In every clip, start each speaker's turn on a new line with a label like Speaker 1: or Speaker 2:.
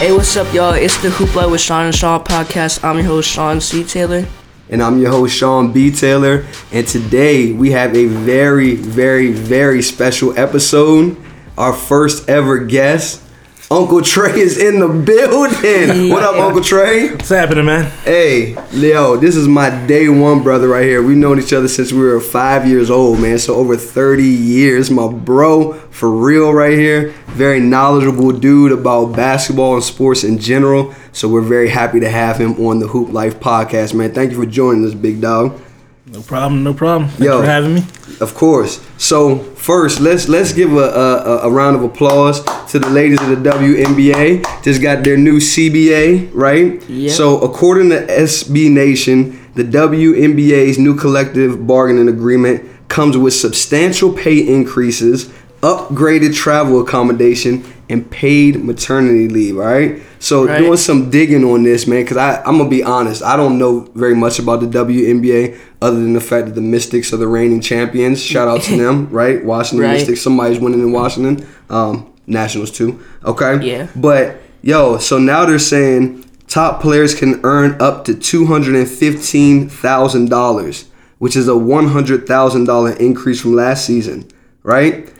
Speaker 1: Hey, what's up, y'all? It's the Hoopla with Sean and Sean podcast. I'm your host, Sean C. Taylor.
Speaker 2: And I'm your host, Sean B. Taylor. And today we have a very, very, very special episode. Our first ever guest, Uncle Trey, is in the building. What up,
Speaker 1: Yeah.
Speaker 2: Uncle Trey?
Speaker 3: What's happening, man?
Speaker 2: Hey, Leo, this is my day one brother right here. We've known each other since we were five years old, man. So over 30 years. My bro, for real, right here. Very knowledgeable dude about basketball and sports in general. So we're very happy to have him on the Hoop Life podcast, man. Thank you for joining us, big dog.
Speaker 3: No problem, no problem. Thanks
Speaker 2: Yo.
Speaker 3: for having me.
Speaker 2: Of course. So first, let's let's give a, a, a round of applause to the ladies of the WNBA. Just got their new CBA, right?
Speaker 1: Yep.
Speaker 2: So according to SB Nation, the WNBA's new collective bargaining agreement comes with substantial pay increases, upgraded travel accommodation, and paid maternity leave. All right. So
Speaker 1: Right.
Speaker 2: doing some digging on this, man, because I I'm gonna be honest, I don't know very much about the WNBA other than the fact that the Mystics are the reigning champions. Shout out to them, right? Washington
Speaker 1: Right.
Speaker 2: Mystics. Somebody's winning in Washington. Um, Nationals too. Okay.
Speaker 1: Yeah.
Speaker 2: But yo, so now they're saying top players can earn up to two hundred and fifteen thousand dollars, which is a one hundred thousand dollar increase from last season, right?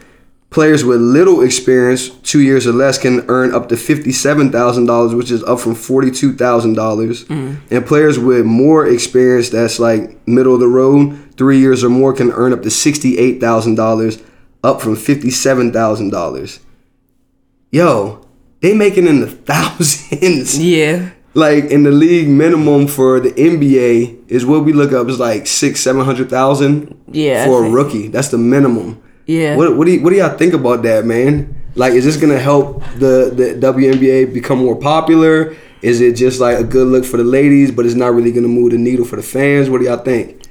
Speaker 2: Players with little experience, two years or less, can earn up to fifty-seven thousand dollars, which is up from forty-two thousand dollars.
Speaker 1: Mm.
Speaker 2: And players with more experience, that's like middle of the road, three years or more, can earn up to sixty-eight thousand dollars, up from fifty-seven thousand dollars. Yo, they making in the thousands.
Speaker 1: Yeah.
Speaker 2: Like in the league minimum for the NBA is what we look up is like six, seven hundred thousand.
Speaker 1: Yeah, I
Speaker 2: For a
Speaker 1: think-
Speaker 2: rookie, that's the minimum.
Speaker 1: Yeah.
Speaker 2: What, what do you, what do y'all think about that, man? Like, is this gonna help the the WNBA become more popular? Is it just like a good look for the ladies, but it's not really gonna move the needle for the fans? What do y'all think?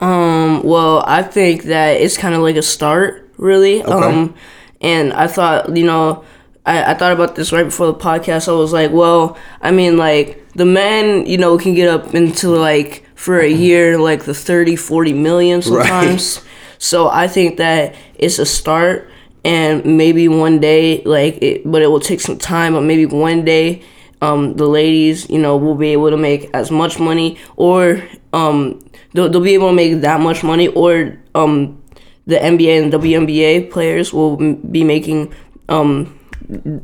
Speaker 1: Um, well, I think that it's kind of like a start, really. Um, and I thought, you know, I, I thought about this right before the podcast. I was like, well, I mean, like, the men, you know, can get up into like for a year, like the 30, 40 million sometimes. So I think that it's a start. And maybe one day, like, it, but it will take some time, but maybe one day, um, the ladies, you know, will be able to make as much money, or um, they'll, they'll be able to make that much money, or um, the NBA and WNBA players will m- be making um,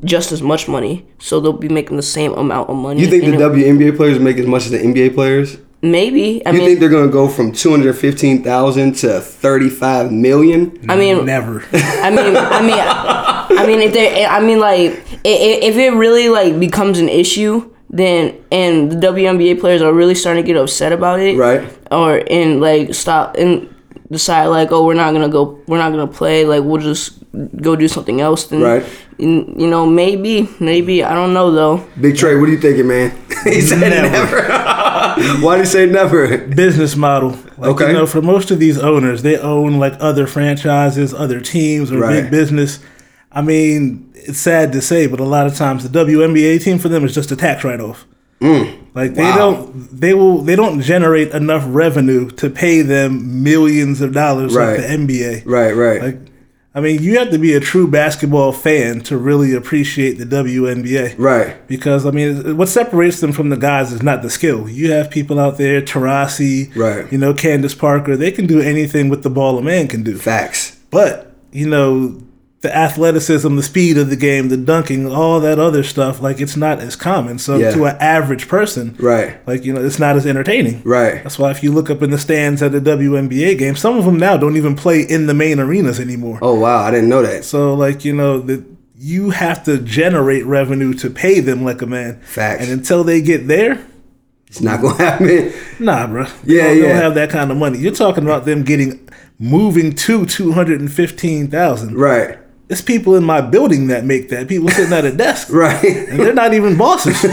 Speaker 1: just as much money. So they'll be making the same amount of money.
Speaker 2: You think the
Speaker 1: And it-
Speaker 2: WNBA players make as much as the NBA players?
Speaker 1: maybe? I
Speaker 2: You
Speaker 1: mean,
Speaker 2: think they're gonna go from two hundred fifteen thousand to thirty five million?
Speaker 1: I mean,
Speaker 3: Never.
Speaker 1: I mean, I mean, I, I mean, if they, I mean, like, i- i- if it really like becomes an issue, then and the WNBA players are really starting to get upset about it,
Speaker 2: Right.
Speaker 1: Or and like stop and decide like, oh, we're not gonna go, we're not gonna play. Like, we'll just go do something else. Then,
Speaker 2: Right.
Speaker 1: n- You know, maybe, maybe I don't know though.
Speaker 2: Big Trey, what are you thinking, man? he said
Speaker 3: Never.
Speaker 2: never. Why do you say never?
Speaker 3: Business model. Like,
Speaker 2: Okay.
Speaker 3: You know, for most of these owners, they own like other franchises, other teams, or
Speaker 2: Right.
Speaker 3: big business. I mean, it's sad to say, but a lot of times the WNBA team for them is just a tax write-off. Like they
Speaker 2: Mm. Wow.
Speaker 3: don't, they will, they don't generate enough revenue to pay them millions of dollars
Speaker 2: Right.
Speaker 3: like the NBA.
Speaker 2: Right, right.
Speaker 3: Like, I mean, you have to be a true basketball fan to really appreciate the WNBA.
Speaker 2: right.
Speaker 3: Because I mean, what separates them from the guys is not the skill. You have people out there, Tarasi,
Speaker 2: Right.
Speaker 3: You know, Candace Parker. They can do anything with the ball a man can do.
Speaker 2: Facts.
Speaker 3: But you know, the athleticism, the speed of the game, the dunking, all that other stuff. Like it's not as common. So
Speaker 2: Yeah.
Speaker 3: to an average person,
Speaker 2: Right.
Speaker 3: Like you know, it's not as entertaining.
Speaker 2: Right.
Speaker 3: That's why if you look up in the stands at a WNBA game, some of them now don't even play in the main arenas anymore.
Speaker 2: Oh wow, I didn't know that.
Speaker 3: So like you know that you have to generate revenue to pay them like a man.
Speaker 2: Facts.
Speaker 3: And until they get there,
Speaker 2: It's not gonna happen.
Speaker 3: nah, bro.
Speaker 2: Yeah,
Speaker 3: don't,
Speaker 2: yeah.
Speaker 3: Don't have that kind of money. You're talking about them getting moving to two hundred and fifteen thousand.
Speaker 2: Right.
Speaker 3: It's people in my building that make that. People sitting at a desk.
Speaker 2: Right.
Speaker 3: And they're not even bosses.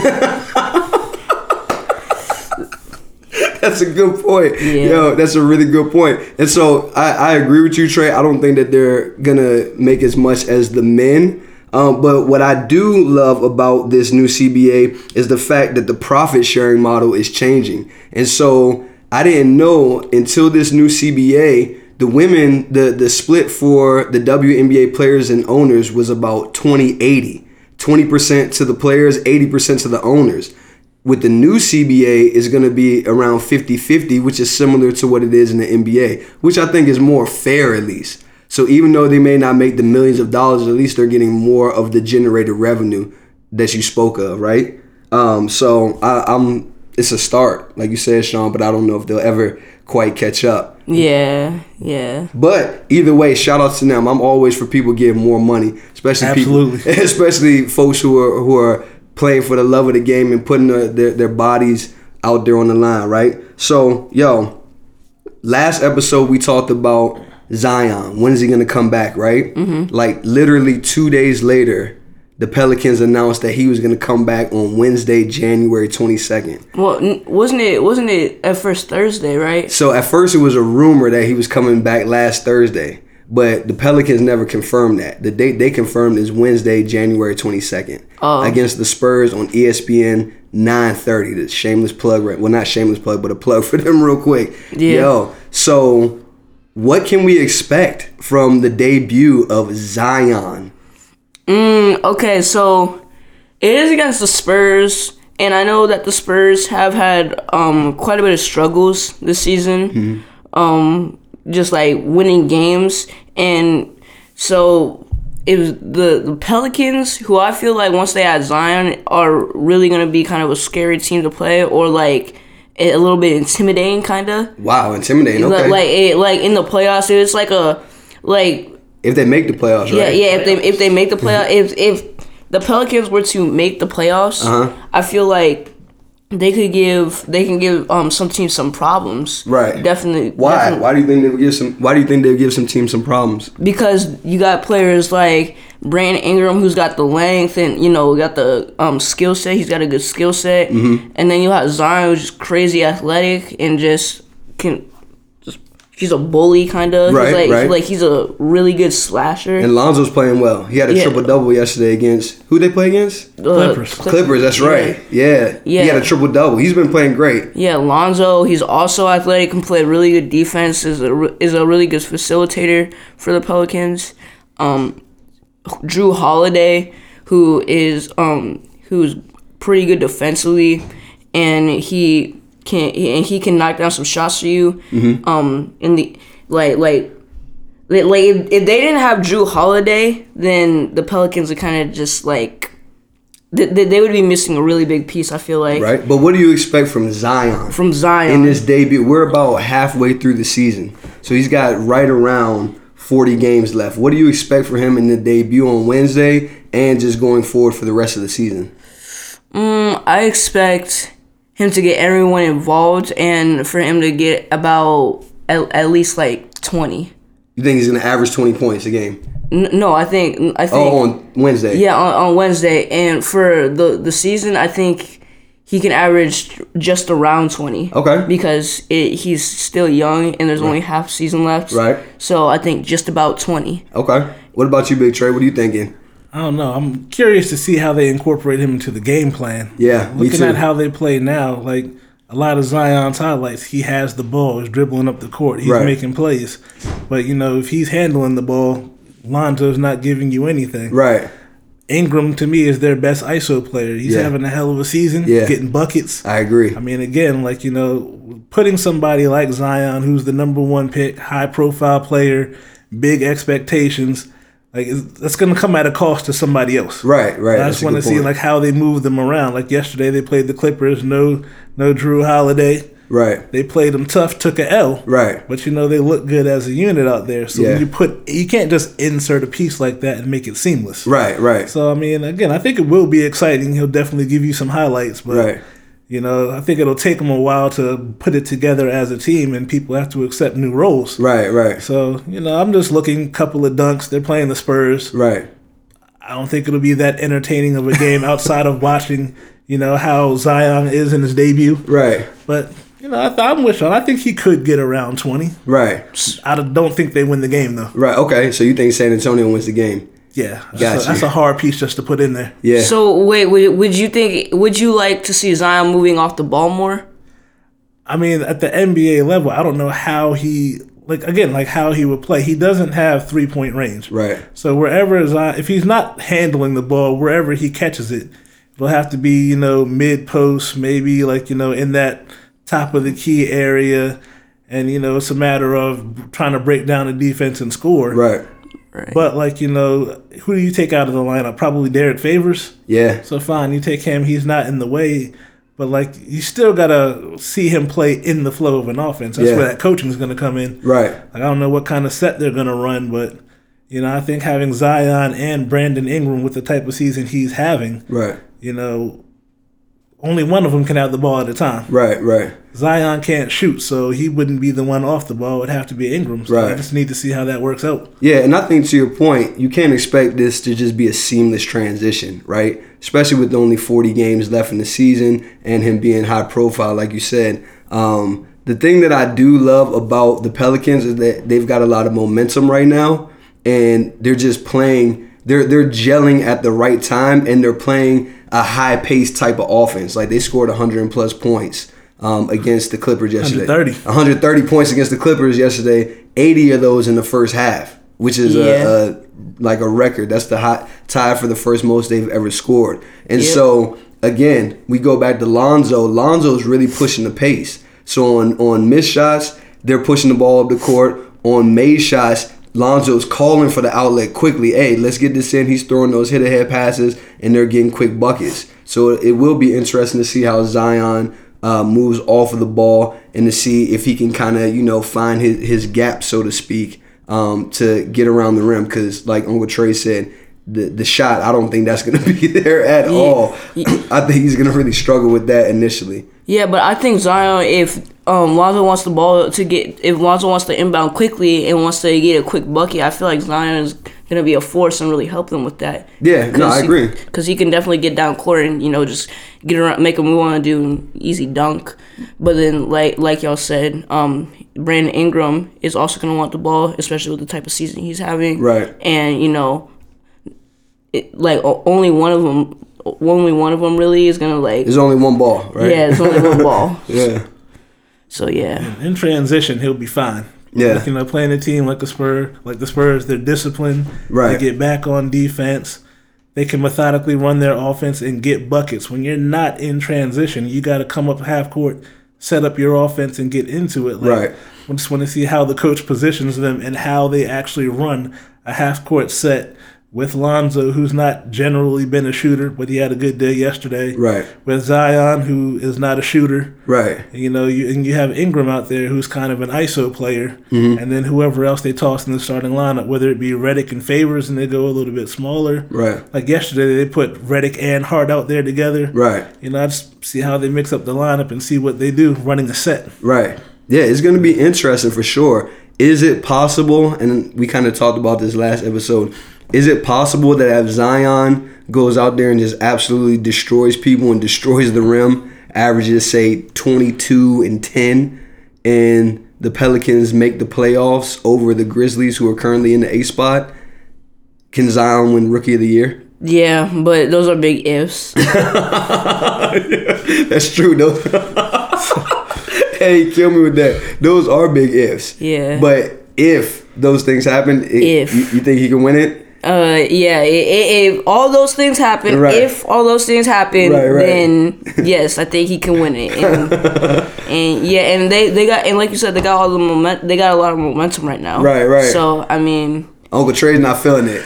Speaker 2: that's a good point.
Speaker 1: Yeah.
Speaker 2: Yo, that's a really good point. And so I, I agree with you, Trey. I don't think that they're gonna make as much as the men. Um, but what I do love about this new CBA is the fact that the profit sharing model is changing. And so I didn't know until this new CBA the women the the split for the WNBA players and owners was about 20 80 20% to the players, 80% to the owners. With the new CBA is going to be around 50-50, which is similar to what it is in the NBA, which I think is more fair at least. So even though they may not make the millions of dollars, at least they're getting more of the generated revenue that you spoke of, right? Um, so I, I'm it's a start, like you said, Sean, but I don't know if they'll ever quite catch up.
Speaker 1: Yeah, yeah.
Speaker 2: But either way, shout out to them. I'm always for people getting more money, especially
Speaker 3: Absolutely.
Speaker 2: people, especially folks who are who are playing for the love of the game and putting their, their, their bodies out there on the line, right? So, yo, last episode we talked about Zion. When is he gonna come back, right? Like literally two days later, the Pelicans announced that he was gonna come back on Wednesday, January 22nd.
Speaker 1: Well, n- wasn't it? Wasn't it at first Thursday, right?
Speaker 2: So at first it was a rumor that he was coming back last Thursday, but the Pelicans never confirmed that. The date they confirmed is Wednesday, January 22nd,
Speaker 1: Oh.
Speaker 2: against the Spurs on E ESPN 9:30. The shameless plug, right? Well, not shameless plug, but a plug for them real quick.
Speaker 1: Yeah.
Speaker 2: Yo, so what can we expect from the debut of Zion?
Speaker 1: Mm, okay, so it is against the Spurs, and I know that the Spurs have had um quite a bit of struggles this season. Um, just like winning games, and so if the the Pelicans, who I feel like once they add Zion, are really gonna be kind of a scary team to play, or like a a little bit intimidating, kind of.
Speaker 2: Wow, intimidating. Okay,
Speaker 1: Like like it, like in the playoffs, it's like a like
Speaker 2: if they make the playoffs,
Speaker 1: yeah
Speaker 2: right? Mm-hmm.
Speaker 1: yeah if they if they make the playoff if if the Pelicans were to make the playoffs,
Speaker 2: Uh-huh.
Speaker 1: I feel like they could give they can give um some teams some problems.
Speaker 2: Right.
Speaker 1: Definitely.
Speaker 2: Why?
Speaker 1: definitely.
Speaker 2: Why do you think they would give some? Why do you think they would give some teams some problems?
Speaker 1: Because you got players like Brandon Ingram, who's got the length and you know got the um skill set. He's got a good skill set,
Speaker 2: Mm-hmm.
Speaker 1: and then you have Zion, who's just crazy athletic and just can just he's a bully kind of.
Speaker 2: Right,
Speaker 1: he's like,
Speaker 2: right.
Speaker 1: Like he's a really good slasher.
Speaker 2: And Lonzo's playing well. He had a
Speaker 1: Yeah.
Speaker 2: triple double yesterday against who they play against?
Speaker 1: Uh,
Speaker 3: Clippers.
Speaker 1: Clip-
Speaker 2: Clippers. That's right. Yeah. He had
Speaker 1: Yeah.
Speaker 2: a triple double. He's been playing great.
Speaker 1: Yeah, Lonzo. He's also athletic. Can play really good defense. is a re- is a really good facilitator for the Pelicans. Um, Drew Holiday, who is um who's pretty good defensively, and he can he, and he can knock down some shots for you. Um, in the like like. Like like, if, if they didn't have Drew Holiday, then the Pelicans would kind of just like they, they, they would be missing a really big piece. I feel like
Speaker 2: Right. But what do you expect from Zion?
Speaker 1: from Zion.
Speaker 2: in this debut, we're about halfway through the season, so he's got right around 40 games left. What do you expect for him in the debut on Wednesday and just going forward for the rest of the season?
Speaker 1: I expect him to get everyone involved and for him to get about at, at least like 20.
Speaker 2: You think he's gonna average 20 points a game?
Speaker 1: N- no, I think I think
Speaker 2: Oh, on Wednesday.
Speaker 1: yeah on, on Wednesday and for the the season I think he can average just around 20.
Speaker 2: Okay.
Speaker 1: Because it, he's still young and there's only half season left.
Speaker 2: Right.
Speaker 1: So I think just about 20.
Speaker 2: Okay. What about you, Big Trey? What are you thinking?
Speaker 3: I don't know. I'm curious to see how they incorporate him into the game plan.
Speaker 2: Yeah, me
Speaker 3: looking
Speaker 2: too.
Speaker 3: at how they play now, like a lot of Zion's highlights, he has the ball, he's dribbling up the court, he's
Speaker 2: Right.
Speaker 3: making plays. But you know, if he's handling the ball, Lonzo's not giving you anything.
Speaker 2: Right.
Speaker 3: Ingram to me is their best ISO player. He's
Speaker 2: Yeah.
Speaker 3: having a hell of a season.
Speaker 2: Yeah.
Speaker 3: getting buckets.
Speaker 2: I agree.
Speaker 3: I mean, again, like you know, putting somebody like Zion, who's the number one pick, high profile player, big expectations, like is- that's going to come at a cost to somebody else.
Speaker 2: Right. Right.
Speaker 3: I
Speaker 2: That's
Speaker 3: just
Speaker 2: a
Speaker 3: want to
Speaker 2: good
Speaker 3: see
Speaker 2: point.
Speaker 3: like how they move them around. Like yesterday, they played the Clippers. No, no Drew Holiday.
Speaker 2: Right.
Speaker 3: They played them tough. Took a L.
Speaker 2: Right.
Speaker 3: But you know they look good as a unit out there. So
Speaker 2: Yeah.
Speaker 3: when you put, you can't just insert a piece like that and make it seamless.
Speaker 2: Right, right.
Speaker 3: So I mean, again, I think it will be exciting. He'll definitely give you some highlights, but
Speaker 2: Right.
Speaker 3: you know, I think it'll take him a while to put it together as a team, and people have to accept new roles.
Speaker 2: right, right,
Speaker 3: So you know, I'm just looking couple of dunks. They're playing the Spurs.
Speaker 2: right.
Speaker 3: I don't think it'll be that entertaining of a game outside of watching, you know, how Zion is in his debut.
Speaker 2: Right,
Speaker 3: But you know, I th- I'm with you. I think he could get around 20.
Speaker 2: right,
Speaker 3: I don't think they win the game though.
Speaker 2: right. Okay, so you think San Antonio wins the game?
Speaker 3: Yeah, that's,
Speaker 2: Gotcha.
Speaker 3: a, that's a hard piece just to put in there.
Speaker 2: Yeah.
Speaker 1: So wait, would, would you think would you like to see Zion moving off the ball more?
Speaker 3: I mean, at the NBA level, I don't know how he like again like how he would play. He doesn't have three point range.
Speaker 2: Right.
Speaker 3: So wherever Zion, if he's not handling the ball, wherever he catches it, it'll have to be you know mid post, maybe like you know in that top of the key area, and you know it's a matter of trying to break down the defense and score.
Speaker 2: Right.
Speaker 1: Right.
Speaker 3: But like you know, who do you take out of the lineup? Probably Derek Favors.
Speaker 2: Yeah.
Speaker 3: So fine, you take him. He's not in the way, but like you still gotta see him play in the flow of an offense. That's
Speaker 2: Yeah.
Speaker 3: where that coaching is gonna come in.
Speaker 2: Right.
Speaker 3: Like I don't know what kind of set they're gonna run, but you know I think having Zion and Brandon Ingram with the type of season he's having,
Speaker 2: Right.
Speaker 3: you know, only one of them can have the ball at a time.
Speaker 2: Right. Right.
Speaker 3: Zion can't shoot, so he wouldn't be the one off the ball. It would have to be Ingram. So I
Speaker 2: Right.
Speaker 3: just need to see how that works out.
Speaker 2: Yeah, and I think to your point, you can't expect this to just be a seamless transition, right? Especially with only 40 games left in the season and him being high profile, like you said. Um, the thing that I do love about the Pelicans is that they've got a lot of momentum right now, and they're just playing. They're they're gelling at the right time, and they're playing a high paced type of offense. Like they scored 100 and plus points um, against the Clippers yesterday.
Speaker 3: 130.
Speaker 2: 130 points against the Clippers yesterday. 80 of those in the first half, which is
Speaker 1: Yeah.
Speaker 2: a, a uh, like a record. That's the hot tie for the first most they've ever scored. And
Speaker 1: Yep.
Speaker 2: so again, we go back to Lonzo. Lonzo's really pushing the pace. So on on missed shots, they're pushing the ball up the court. On made shots, Lonzo's calling for the outlet quickly. Hey, let's get this in. He's throwing those hit ahead passes, and they're getting quick buckets. So it will be interesting to see how Zion uh, moves off of the ball and to see if he can kind of you know find his, his gap so to speak um, to get around the rim because like Uncle Trey said the the shot I don't think that's gonna be there at all I think he's gonna really struggle with that initially
Speaker 1: Yeah, but I think Zion, if um, Lonzo wants the ball to get, if Lonzo wants to inbound quickly and wants to get a quick bucket, I feel like Zion is gonna be a force and really help them with that.
Speaker 2: Yeah, no, I agree.
Speaker 1: Because he can definitely get down court and you know just get around, make a move on, and do an easy dunk. But then, like like y'all said, um, Brandon Ingram is also gonna want the ball, especially with the type of season he's having.
Speaker 2: Right.
Speaker 1: And you know, it, like o- only one of them, only one of them really is gonna like.
Speaker 2: there's only one ball right
Speaker 1: Yeah, it's only one ball.
Speaker 2: yeah
Speaker 1: So yeah,
Speaker 3: In transition, he'll be fine.
Speaker 2: Yeah.
Speaker 3: Like, you know, playing a team like the Spurs, like the Spurs, they're disciplined.
Speaker 2: Right.
Speaker 3: They get back on defense. They can methodically run their offense and get buckets. When you're not in transition, you got to come up half court, set up your offense, and get into it. Like,
Speaker 2: Right.
Speaker 3: We just want to see how the coach positions them and how they actually run a half court set with Lonzo, who's not generally been a shooter, but he had a good day yesterday.
Speaker 2: Right.
Speaker 3: With Zion, who is not a shooter.
Speaker 2: right
Speaker 3: You know, you and you have Ingram out there who's kind of an ISO player, and then whoever else they toss in the starting lineup, whether it be Reddick and Favors, and they go a little bit smaller.
Speaker 2: right
Speaker 3: Like yesterday, they put Reddick and Hart out there together.
Speaker 2: right
Speaker 3: You know, I just see how they mix up the lineup and see what they do running a set.
Speaker 2: Right. Yeah, it's going to be interesting for sure. Is it possible? And we kind of talked about this last episode. Is it possible that if Zion goes out there and just absolutely destroys people and destroys the rim, averages say 22 and 10, and the Pelicans make the playoffs over the Grizzlies, who are currently in the A spot? Can Zion win Rookie of the Year?
Speaker 1: yeah, but those are big ifs.
Speaker 2: That's true though. hey, kill me with that. Those are big ifs.
Speaker 1: Yeah.
Speaker 2: But if those things happen, it,
Speaker 1: If.
Speaker 2: you, you think he can win it,
Speaker 1: Uh, yeah, i- i- if all those things happen,
Speaker 2: Right.
Speaker 1: if all those things happen,
Speaker 2: Right, right.
Speaker 1: then yes, I think he can win it. And, and yeah, and they they got and like you said, they got all the moment. They got a lot of momentum right now.
Speaker 2: Right, right.
Speaker 1: So I mean,
Speaker 2: Uncle Trey's not feeling it.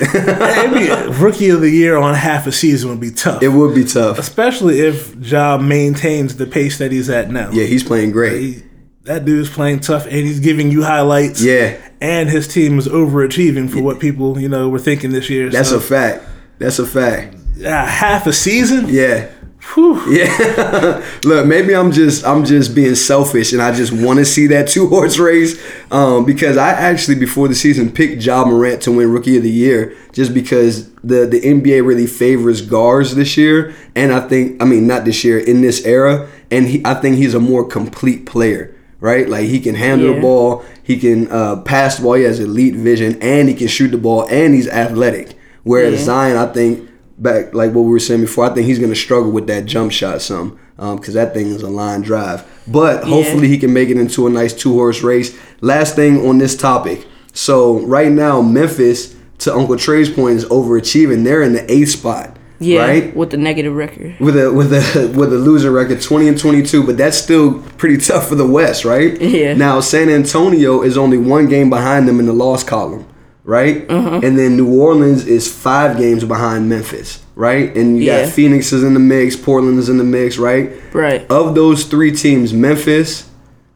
Speaker 3: Rookie of the year on half a season would be tough,
Speaker 2: it would be tough.
Speaker 3: especially if Ja maintains the pace that he's at now.
Speaker 2: Yeah, he's playing great.
Speaker 3: He- that dude's playing tough and he's giving you highlights.
Speaker 2: Yeah.
Speaker 3: And his team is overachieving for what people, you know, were thinking this year.
Speaker 2: That's
Speaker 3: so,
Speaker 2: a fact. That's a fact.
Speaker 3: uh, half a season.
Speaker 2: Yeah.
Speaker 3: Whew.
Speaker 2: Yeah. Look, maybe I'm just I'm just being selfish and I just want to see that two horse race um, because I actually before the season picked Ja Morant to win Rookie of the Year just because the the NBA really favors guards this year and I think I mean not this year in this era and he, I think he's a more complete player. Right, like he can handle the
Speaker 1: Yeah.
Speaker 2: ball, he can uh, pass the ball. He has elite vision, and he can shoot the ball, and he's athletic. Whereas Zion, I think back like what we were saying before, I think he's gonna struggle with that jump shot some. because that thing is a line drive. But hopefully he can make it into a nice two horse race. Last thing on this topic. So right now Memphis, to Uncle Trey's point, is overachieving. They're in the eighth spot.
Speaker 1: Yeah,
Speaker 2: Right.
Speaker 1: with the negative record.
Speaker 2: With a with a with a losing record, twenty and twenty two, but that's still pretty tough for the West, right?
Speaker 1: Yeah.
Speaker 2: Now San Antonio is only one game behind them in the loss column, right?
Speaker 1: Uh-huh.
Speaker 2: And then New Orleans is five games behind Memphis, right? And you
Speaker 1: Yeah.
Speaker 2: got Phoenix is in the mix, Portland is in the mix, right?
Speaker 1: Right.
Speaker 2: of those three teams, Memphis,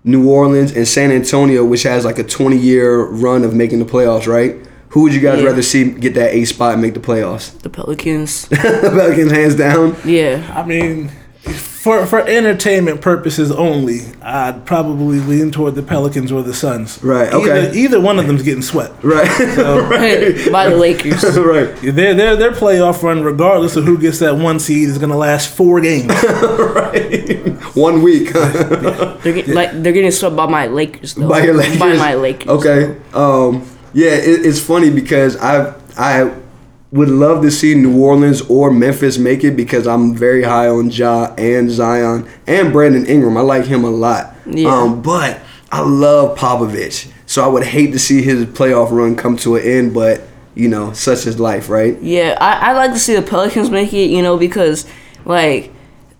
Speaker 2: New Orleans, and San Antonio, which has like a 20 year run of making the playoffs, right? Who would you guys
Speaker 1: Yeah.
Speaker 2: rather see get that eight spot and make the playoffs?
Speaker 1: The Pelicans.
Speaker 2: Pelicans, hands down.
Speaker 1: yeah.
Speaker 3: I mean, for for entertainment purposes only, I'd probably lean toward the Pelicans or the Suns.
Speaker 2: Right,
Speaker 3: Either,
Speaker 2: okay.
Speaker 3: either one of them's getting swept.
Speaker 2: Right.
Speaker 1: By the Lakers.
Speaker 2: right.
Speaker 3: Their, their their playoff run, regardless of who gets that one seed, is going to last four games.
Speaker 2: One week.
Speaker 1: They're get, like they're getting swept by my Lakers though.
Speaker 2: by your Lakers.
Speaker 1: By my Lakers.
Speaker 2: Okay. Um. Yeah, it, it's funny because I I would love to see New Orleans or Memphis make it because I'm very high on Ja and Zion and Brandon Ingram. I like him a lot.
Speaker 1: Yeah.
Speaker 2: Um. But I love Popovich, so I would hate to see his playoff run come to an end. But you know, such is life, right?
Speaker 1: Yeah, I, I like to see the Pelicans make it, you know, because like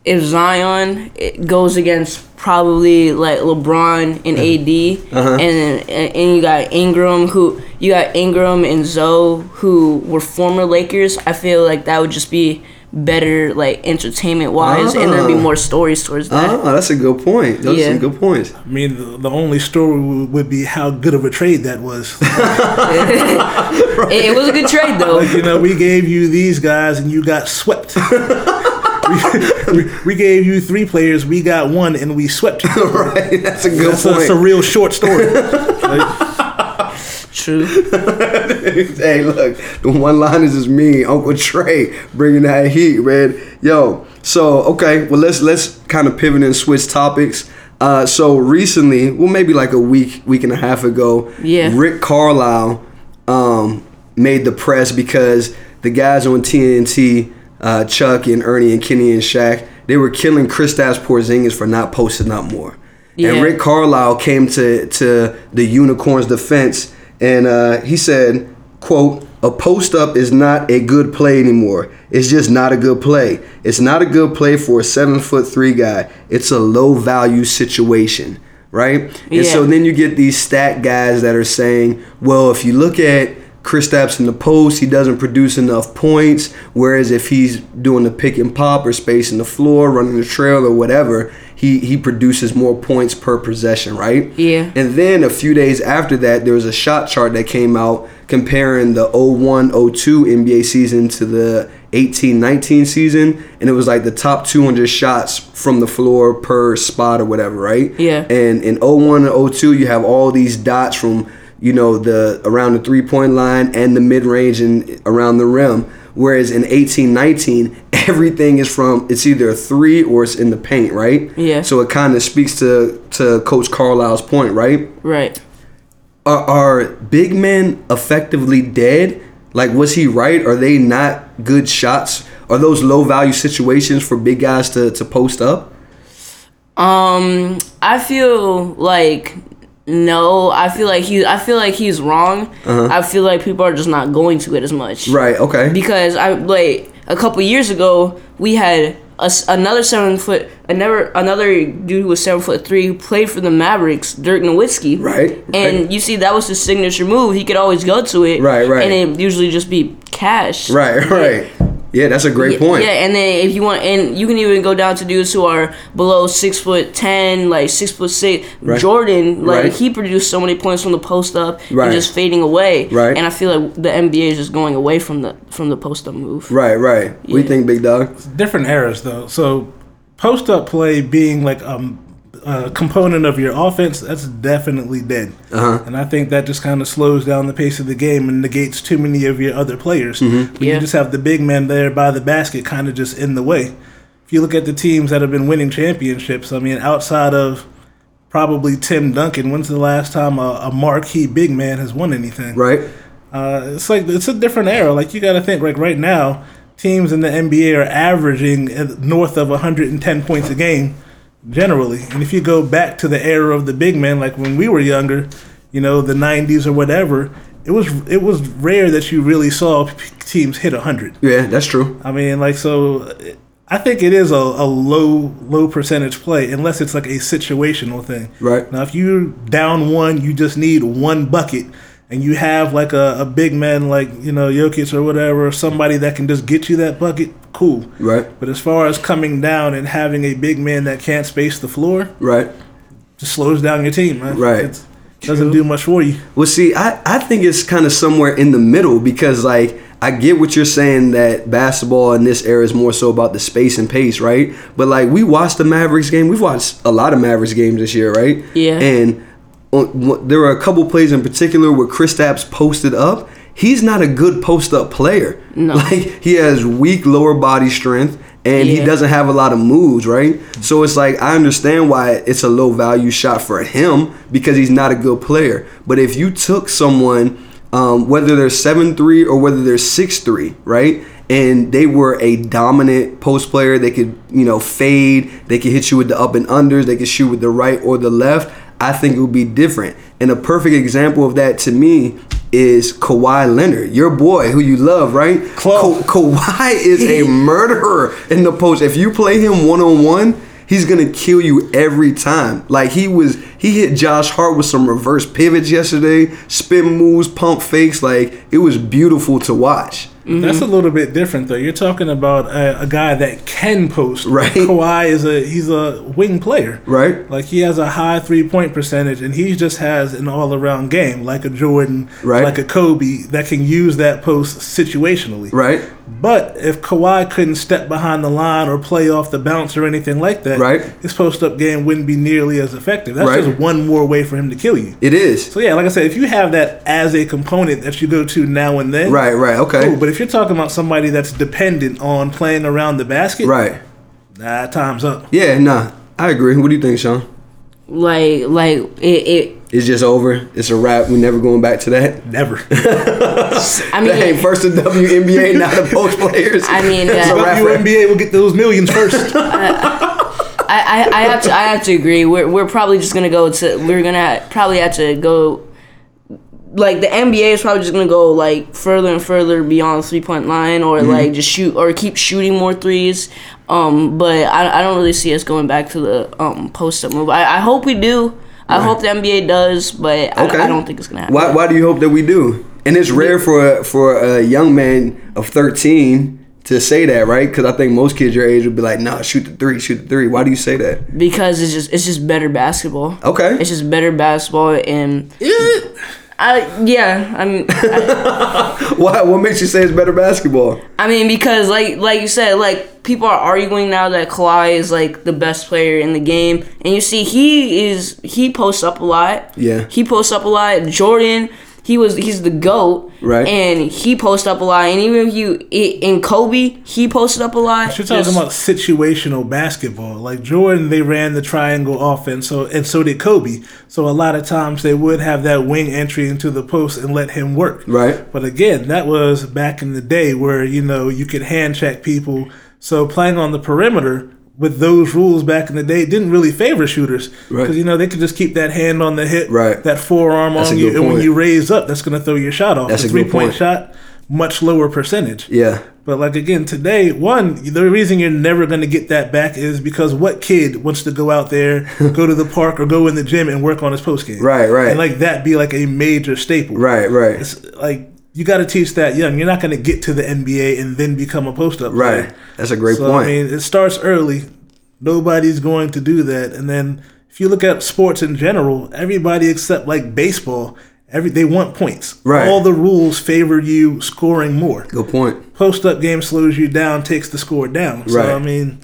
Speaker 1: if Zion it goes against probably like LeBron and AD, and, and and you got Ingram who you got Ingram and Zoe who were former Lakers, I feel like that would just be better like entertainment wise, and there'd be
Speaker 2: Ah.
Speaker 1: more stories towards that.
Speaker 2: Oh, that's a good point. Those are
Speaker 1: Yeah.
Speaker 2: some good points.
Speaker 3: I mean, the, the only story w- would be how good of a trade that was.
Speaker 1: It, it was a good trade though.
Speaker 3: you know, we gave you these guys and you got swept. we, we, we gave you three players, we got one, and we swept. you.
Speaker 2: right. That's a good
Speaker 3: That's a, that's
Speaker 2: point.
Speaker 3: a real short story.
Speaker 1: True.
Speaker 2: hey, look, the one liners is me, Uncle Trey, bringing that heat, man. Yo, so okay, well let's let's kind of pivot and switch topics. Uh, so recently, well maybe like a week, week and a half ago,
Speaker 1: Yeah.
Speaker 2: Rick Carlisle um, made the press because the guys on TNT, uh, Chuck and Ernie and Kenny and Shaq, they were killing Kristaps Porzingis for not posting up more.
Speaker 1: Yeah.
Speaker 2: And Rick Carlisle came to to the Unicorns' defense, and uh, he said, "quote A post up is not a good play anymore. It's just not a good play. It's not a good play for a seven foot three guy. It's a low value situation, right? And so
Speaker 1: Yeah.
Speaker 2: then you get these stat guys that are saying, well, if you look at Kristaps in the post, he doesn't produce enough points. Whereas if he's doing the pick and pop or spacing the floor, running the trail or whatever, he he produces more points per possession, right?
Speaker 1: Yeah.
Speaker 2: And then a few days after that, there was a shot chart that came out comparing the 01 02 NBA season to the 18 19 season. And it was like the top 200 shots from the floor per spot or whatever, right?
Speaker 1: Yeah.
Speaker 2: And in 01 and 02, you have all these dots from, you know, the around the three point line and the mid range and around the rim. Whereas in 18 19, everything is from, it's either a three or it's in the paint, right?
Speaker 1: Yeah.
Speaker 2: So it kind of speaks to, to Coach Carlisle's point, right?
Speaker 1: Right.
Speaker 2: Are, are big men effectively dead? Like, was he right? Are they not good shots? Are those low value situations for big guys to, to post up?
Speaker 1: Um, I feel like no. I feel like he. I feel like he's wrong. I feel like people are just not going to it as much.
Speaker 2: Uh-huh. Right, okay.
Speaker 1: Because I like a couple years ago we had a s another seven foot another another dude who was seven foot three who played for the Mavericks, Dirk Nowitzki.
Speaker 2: Right,
Speaker 1: And
Speaker 2: right.
Speaker 1: you see that was his signature move. He could always go to it.
Speaker 2: Right, right.
Speaker 1: And it usually just be cash.
Speaker 2: right, right. Yeah, that's a great
Speaker 1: Yeah,
Speaker 2: point.
Speaker 1: Yeah, and then if you want, and you can even go down to dudes who are below six foot ten, like six foot six.
Speaker 2: Right.
Speaker 1: Jordan, like
Speaker 2: Right.
Speaker 1: he produced so many points from the post up
Speaker 2: Right.
Speaker 1: and just fading away.
Speaker 2: Right.
Speaker 1: And I feel like the NBA is just going away from the from the post up move.
Speaker 2: Right, right. What do you
Speaker 1: Yeah.
Speaker 2: think, big dog?
Speaker 3: different eras though. So post up play being like um, a component of your offense, that's definitely dead.
Speaker 2: Uh-huh.
Speaker 3: And I think that just kind of slows down the pace of the game and negates too many of your other players. When
Speaker 1: Yeah.
Speaker 3: you just have the big men there by the basket, kind of just in the way. If you look at the teams that have been winning championships, I mean, outside of probably Tim Duncan, when's the last time a, a marquee big man has won anything?
Speaker 2: Right,
Speaker 3: Uh, it's like it's a different era. Like you got to think like right now, teams in the NBA are averaging at- north of 110 points a game generally. And if you go back to the era of the big men, like when we were younger, you know, the 90s or whatever, it was it was rare that you really saw p- teams hit 100.
Speaker 2: Yeah, that's true.
Speaker 3: I mean, like so, uh, I think it is a, a low low percentage play unless it's like a situational thing.
Speaker 2: Right.
Speaker 3: now, if you're down one, you just need one bucket, and you have like a, a big man like you know Jokic or whatever, somebody that can just get you that bucket. Cool.
Speaker 2: Right.
Speaker 3: But as far as coming down and having a big man that can't space the floor,
Speaker 2: Right.
Speaker 3: just slows down your team, man.
Speaker 2: Right.
Speaker 3: It's- doesn't do much for you.
Speaker 2: Well, see, I, I think it's kind of somewhere in the middle because, like, I get what you're saying that basketball in this era is more so about the space and pace, right? But, like, we watched the Mavericks game. We've watched a lot of Mavericks games this year, right?
Speaker 1: Yeah.
Speaker 2: And on, one- there were a couple plays in particular where Chris Stapps posted up. He's not a good post up player.
Speaker 1: No.
Speaker 2: Like, he has weak lower body strength and he
Speaker 1: Yeah.
Speaker 2: doesn't have a lot of moves, right? So it's like I understand why it's a low value shot for him because he's not a good player. But if you took someone, um, whether they're seven three or whether they're six three, right, and they were a dominant post player, they could you know fade, they could hit you with the up and unders, they could shoot with the right or the left. I think it would be different. And a perfect example of that to me is Kawhi Leonard, your boy who you love, right?
Speaker 3: Club.
Speaker 2: Ka- Kawhi is a murderer in the post. If you play him one on one, he's gonna kill you every time. Like he was, he hit Josh Hart with some reverse pivots yesterday, spin moves, pump fakes. Like it was beautiful to watch.
Speaker 3: That's a little bit different, though. You're talking about a, a guy that can post.
Speaker 2: Right.
Speaker 3: Kawhi is a he's a wing player.
Speaker 2: Right.
Speaker 3: Like he has a high three point percentage, and he just has an all around game, like a Jordan,
Speaker 2: Right.
Speaker 3: like a Kobe, that can use that post situationally.
Speaker 2: Right.
Speaker 3: But if Kawhi couldn't step behind the line or play off the bounce or anything like that,
Speaker 2: Right.
Speaker 3: his post up game wouldn't be nearly as effective. That's
Speaker 2: Right.
Speaker 3: just one more way for him to kill you.
Speaker 2: It is.
Speaker 3: So yeah, like I said, if you have that as a component that you go to now and then,
Speaker 2: Right. Right.
Speaker 3: Cool,
Speaker 2: Okay.
Speaker 3: but if you're talking about somebody that's dependent on playing around the basket,
Speaker 2: Right.
Speaker 3: Nah, time's up.
Speaker 2: Yeah. Nah. I agree. What do you think, Sean?
Speaker 1: Like like it. it
Speaker 2: It's just over. It's a wrap. We're never going back to that.
Speaker 3: Never.
Speaker 1: I mean,
Speaker 2: That ain't first of WNBA, not the post players.
Speaker 1: I mean,
Speaker 2: it's a
Speaker 1: uh,
Speaker 2: wrap. wrap.
Speaker 3: WNBA will get those millions first.
Speaker 1: I, I, I have to I have to agree. We're we're probably just gonna go to we're gonna ha- probably have to go like the NBA is probably just gonna go like further and further beyond the three point line or like just shoot or keep shooting more threes. Um, but I, I don't really see us going back to the um post up move. I, I hope we do. I hope the NBA does, but I, I don't think it's gonna happen.
Speaker 2: Why, why do you hope that we do? And it's rare for a, for a young man of 13 to say that, right? Because I think most kids your age would be like, nah, shoot the three, shoot the three. Why do you say that?
Speaker 1: Because it's just it's just better basketball.
Speaker 2: Okay.
Speaker 1: It's just better basketball and I yeah I'm.
Speaker 2: Why, what makes you say it's better basketball?
Speaker 1: I mean, because like like you said, like people are arguing now that Kawhi is like the best player in the game, and you see he is he posts up a lot.
Speaker 2: Yeah.
Speaker 1: he posts up a lot. Jordan, he was he's the goat.
Speaker 2: Right.
Speaker 1: and he posts up a lot. And even if you i- in Kobe, he posted up a lot.
Speaker 3: You're talking
Speaker 1: Just-
Speaker 3: about situational basketball. Like Jordan, they ran the triangle offense, so and so did Kobe. So a lot of times they would have that wing entry into the post and let him work.
Speaker 2: Right.
Speaker 3: But again, that was back in the day where you know you could hand check people. So playing on the perimeter with those rules back in the day didn't really favor shooters because
Speaker 2: Right.
Speaker 3: you know they could just keep that hand on the hip,
Speaker 2: Right.
Speaker 3: that forearm
Speaker 2: That's a
Speaker 3: on you,
Speaker 2: good
Speaker 3: and when
Speaker 2: point.
Speaker 3: you raise up, that's going to throw your shot off.
Speaker 2: That's
Speaker 3: the
Speaker 2: a good
Speaker 3: three point
Speaker 2: point.
Speaker 3: shot, much lower percentage.
Speaker 2: Yeah.
Speaker 3: But like again, today, one, the reason you're never going to get that back is because what kid wants to go out there, go to the park, or go in the gym and work on his post game?
Speaker 2: Right, right.
Speaker 3: And like that be like a major staple.
Speaker 2: Right, right.
Speaker 3: It's like you got to teach that young. You're not going to get to the NBA and then become a post up.
Speaker 2: Right. That's a great
Speaker 3: So
Speaker 2: point.
Speaker 3: I mean, it starts early. Nobody's going to do that. And then if you look at sports in general, everybody except like baseball, every they want points.
Speaker 2: Right.
Speaker 3: All the rules favor you scoring more
Speaker 2: Good point.
Speaker 3: post up game slows you down, takes the score down. So
Speaker 2: Right.
Speaker 3: I mean,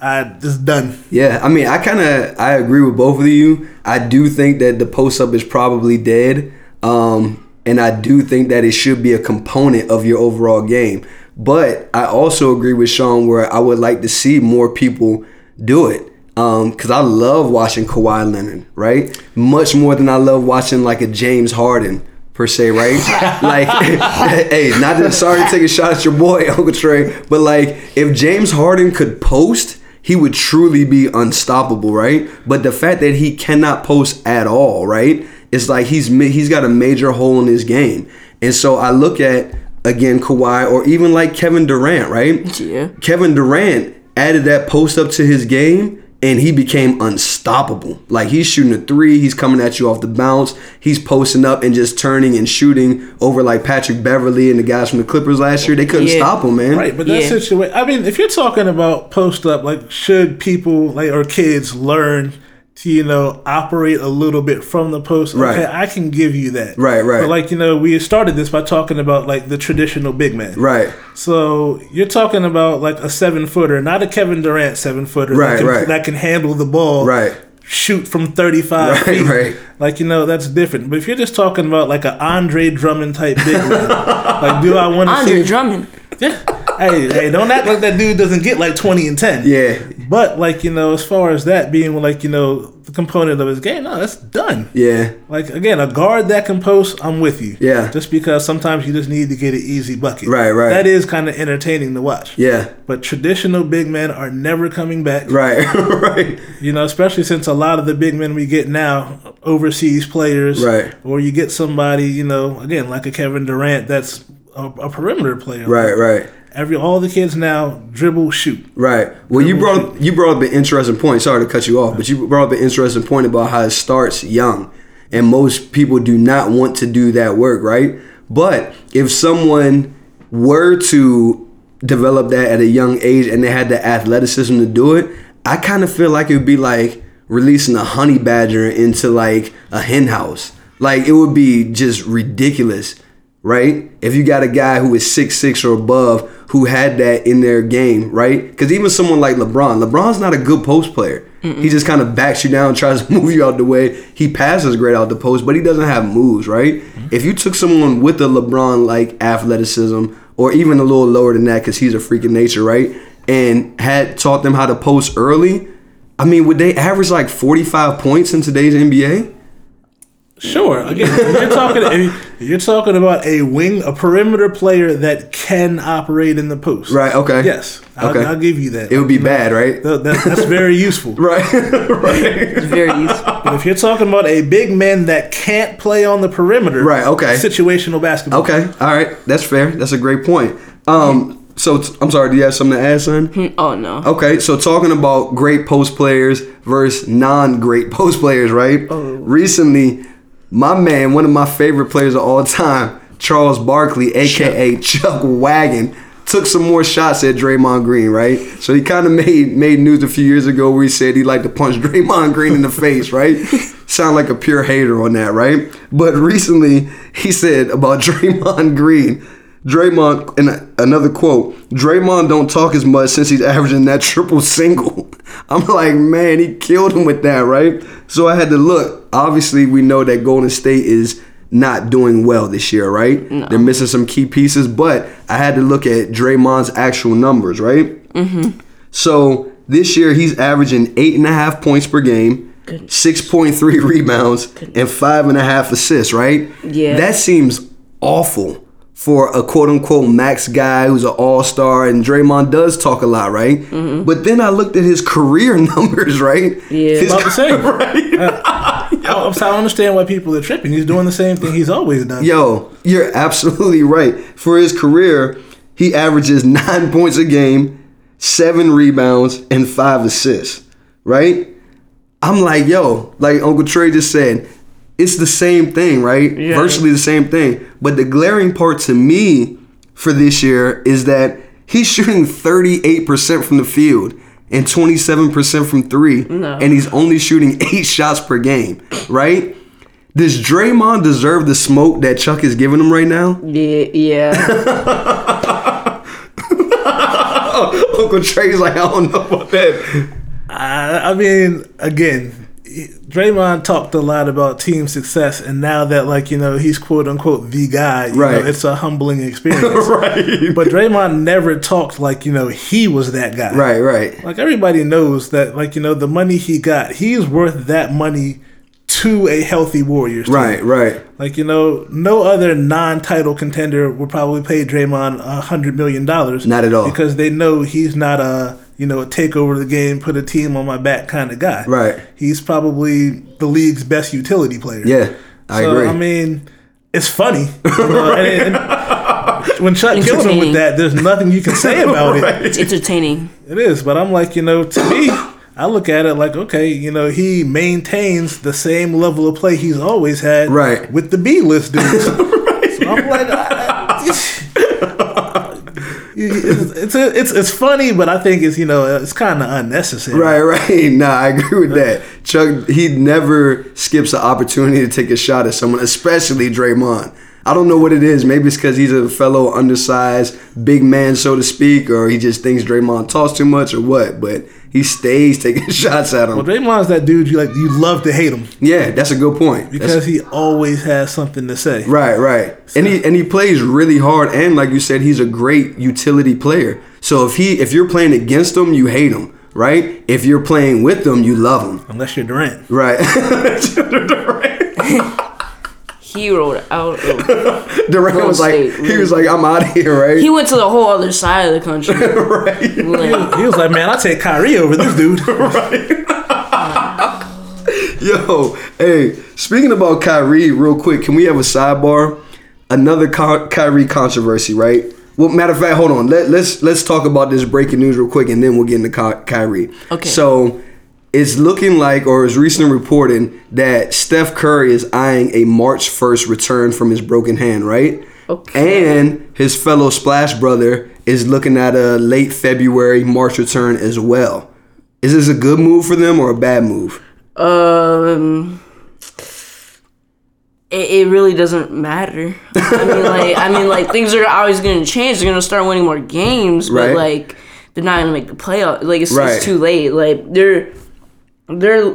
Speaker 3: I it's done.
Speaker 2: Yeah, I mean, I kind of I agree with both of you. I do think that the post up is probably dead, um, and I do think that it should be a component of your overall game. But I also agree with Sean where I would like to see more people do it because I love watching Kawhi Leonard, right? Much more than I love watching like a James Harden per se, right? like, hey, not that sorry to take a shot at your boy Uncle Trey, but like if James Harden could post, he would truly be unstoppable, right? But the fact that he cannot post at all, right? It's like he's ma- he's got a major hole in his game, and so I look at again Kawhi or even like Kevin Durant, right?
Speaker 1: Yeah.
Speaker 2: Kevin Durant added that post up to his game and he became unstoppable. Like he's shooting a three, he's coming at you off the bounce, he's posting up and just turning and shooting over like Patrick Beverly and the guys from the Clippers last year. They couldn't
Speaker 1: Yeah.
Speaker 2: stop him, man.
Speaker 3: Right, but that
Speaker 1: Yeah.
Speaker 3: situation. I mean, if you're talking about post up, like should people like or kids learn to you know operate a little bit from the post?
Speaker 2: Right.
Speaker 3: Okay, I can give you that.
Speaker 2: Right, right.
Speaker 3: But like you know, we started this by talking about like the traditional big man.
Speaker 2: Right.
Speaker 3: So you're talking about like a seven footer, not a Kevin Durant seven footer
Speaker 2: Right,
Speaker 3: that, can,
Speaker 2: right.
Speaker 3: that can handle the ball.
Speaker 2: Right.
Speaker 3: Shoot from 35
Speaker 2: Right,
Speaker 3: feet.
Speaker 2: right.
Speaker 3: Like, you know, that's different. But if you're just talking about like an Andre Drummond type big man, like, do I want to see
Speaker 1: Andre Drummond.
Speaker 3: yeah. hey, hey, don't act like that dude doesn't get like 20 and 10.
Speaker 2: Yeah.
Speaker 3: But, like, you know, as far as that being like, you know, the component of his game, no, that's done.
Speaker 2: Yeah.
Speaker 3: Like, again, a guard that can post, I'm with you.
Speaker 2: Yeah.
Speaker 3: Just because sometimes you just need to get an easy bucket.
Speaker 2: Right, right.
Speaker 3: That is kind of entertaining to watch.
Speaker 2: Yeah.
Speaker 3: But traditional big men are never coming back.
Speaker 2: Right. right.
Speaker 3: You know, especially since a lot of the big men we get now, overseas players,
Speaker 2: Right.
Speaker 3: Or you get somebody, you know, again like a Kevin Durant, that's a, a perimeter player,
Speaker 2: Right. Right.
Speaker 3: Every all the kids now dribble shoot.
Speaker 2: Right. Well, you brought you brought up an interesting point. Sorry to cut you off, but you brought up an interesting point about how it starts young, and most people do not want to do that work, right? But if someone were to develop that at a young age and they had the athleticism to do it, I kind of feel like it would be like releasing a honey badger into like a hen house. Like it would be just ridiculous right? If you got a guy who is six six or above who had that in their game, right? Because even someone like LeBron, LeBron's not a good post player. He just kind of backs you down, tries to move you out the way. He passes great out the post, but he doesn't have moves, right?
Speaker 3: Mm-hmm.
Speaker 2: If you took someone with a LeBron like athleticism, or even a little lower than that, because he's a freak of nature, right? And had taught them how to post early. I mean, would they average like 45 points in today's NBA?
Speaker 3: Sure, again, if you're talking if you're talking about a wing, a perimeter player that can operate in the post,
Speaker 2: Right, okay.
Speaker 3: Yes, I'll,
Speaker 2: Okay.
Speaker 3: I'll give you that.
Speaker 2: It would be bad, right?
Speaker 3: Th- that- that's very useful.
Speaker 2: Right, right.
Speaker 1: It's very useful.
Speaker 3: But if you're talking about a big man that can't play on the perimeter,
Speaker 2: Right, okay.
Speaker 3: situational basketball,
Speaker 2: Okay. All right. That's fair. That's a great point. Um. So t- I'm sorry. Do you have something to add, son?
Speaker 1: Oh no.
Speaker 2: Okay. So talking about great post players versus non-great post players, right? Recently, my man, one of my favorite players of all time, Charles Barkley, aka Chuck Wagon. Took some more shots at Draymond Green, right? So he kind of made made news a few years ago where he said he liked to punch Draymond Green in the face, right? Sound like a pure hater on that, right? But recently he said about Draymond Green, Draymond, and another quote: Draymond don't talk as much since he's averaging that triple single. I'm like, man, he killed him with that, right? So I had to look. Obviously, we know that Golden State is not doing well this year, right? They're missing some key pieces, but I had to look at Draymond's actual numbers, right? So this year he's averaging eight and a half points per game, six point three rebounds, and five and a half assists. Right?
Speaker 1: Yeah.
Speaker 2: That seems awful for a quote unquote max guy who's an all star, and Draymond does talk a lot, right? But then I looked at his career numbers, right?
Speaker 1: Mm-hmm. Yeah.
Speaker 2: His
Speaker 3: About the same. Uh,
Speaker 2: right?
Speaker 3: I, so I don't understand why people are tripping. He's doing the same thing he's always done.
Speaker 2: Yo, you're absolutely right. For his career, he averages nine points a game, seven rebounds, and five assists. Right? I'm like, yo, like Uncle Trey just said, it's the same thing, right? Virtually the same thing. But the glaring part to me for this year is that he's shooting 38% from the field and 27% from three, and he's only shooting eight shots per game, right? Does Draymond deserve the smoke that Chuck is giving him right now?
Speaker 1: Yeah. Yeah.
Speaker 2: Uncle Trey's like, I don't know about that.
Speaker 3: I, I mean, again, Draymond talked a lot about team success, and now that like you know he's quote unquote the guy, you
Speaker 2: Right.
Speaker 3: know, it's a humbling experience.
Speaker 2: right.
Speaker 3: But Draymond never talked like you know he was that guy.
Speaker 2: Right, right.
Speaker 3: Like everybody knows that like you know the money he got, he's worth that money to a healthy Warriors. team.
Speaker 2: Right, right.
Speaker 3: Like you know, no other non-title contender would probably pay Draymond a hundred million dollars.
Speaker 2: Not at all.
Speaker 3: because they know he's not a you know a take over the game, put a team on my back kind of guy.
Speaker 2: Right.
Speaker 3: He's probably the league's best utility player.
Speaker 2: Yeah, I
Speaker 3: so,
Speaker 2: agree.
Speaker 3: I mean, it's funny. you know, and- and when Chuck killed him
Speaker 1: Entertaining.
Speaker 3: with that, there's nothing you can say about it.
Speaker 1: It's entertaining.
Speaker 3: It is, but I'm like, you know, to me, I look at it like, okay, you know, he maintains the same level of play he's always had
Speaker 2: Right.
Speaker 3: with the B list dudes. So I'm like, I- I- it's, it's, it's, it's funny, but I think it's, you know, it's kind of unnecessary.
Speaker 2: Right, right. Nah, I agree with that. Chuck, he never skips an opportunity to take a shot at someone, especially Draymond. I don't know what it is. Maybe it's because he's a fellow undersized big man, so to speak, or he just thinks Draymond talks too much, or what. But he stays taking shots at him.
Speaker 3: Well, Draymond's that dude you like, you love to hate him
Speaker 2: yeah, that's a good point. That's-
Speaker 3: because he always has something to say.
Speaker 2: Right, right. And he and he plays really hard and like you said, he's a great utility player. So if he if you're playing against him, you hate him, right? If you're playing with him, you love him.
Speaker 3: Unless you're Durant.
Speaker 2: Right.
Speaker 1: He rolled out. Of,
Speaker 2: Durant was like
Speaker 1: State,
Speaker 2: he was like, I'm out of here, right?
Speaker 1: he went to the whole other side of the country.
Speaker 2: right.
Speaker 1: Like,
Speaker 3: He was like, man, I take Kyrie over this dude.
Speaker 2: Yo, hey, speaking about Kyrie, real quick, can we have a sidebar? Another Ky- Kyrie controversy, right? Well, matter of fact, hold on. Let, let's let's talk about this breaking news real quick, and then we'll get into Ky- Kyrie.
Speaker 1: Okay.
Speaker 2: So it's looking like, or it's recently reported that Steph Curry is eyeing a March first return from his broken hand, right?
Speaker 1: Okay.
Speaker 2: And his fellow Splash brother is looking at a late February March return as well. Is this a good move for them or a bad move?
Speaker 1: um, it, it really doesn't matter. I mean, like, I mean, like, things are always going to change. They're going to start winning more games, but
Speaker 2: Right.
Speaker 1: like, they're not going to make the playoff. Like, it's,
Speaker 2: Right.
Speaker 1: it's too late. Like, they're they're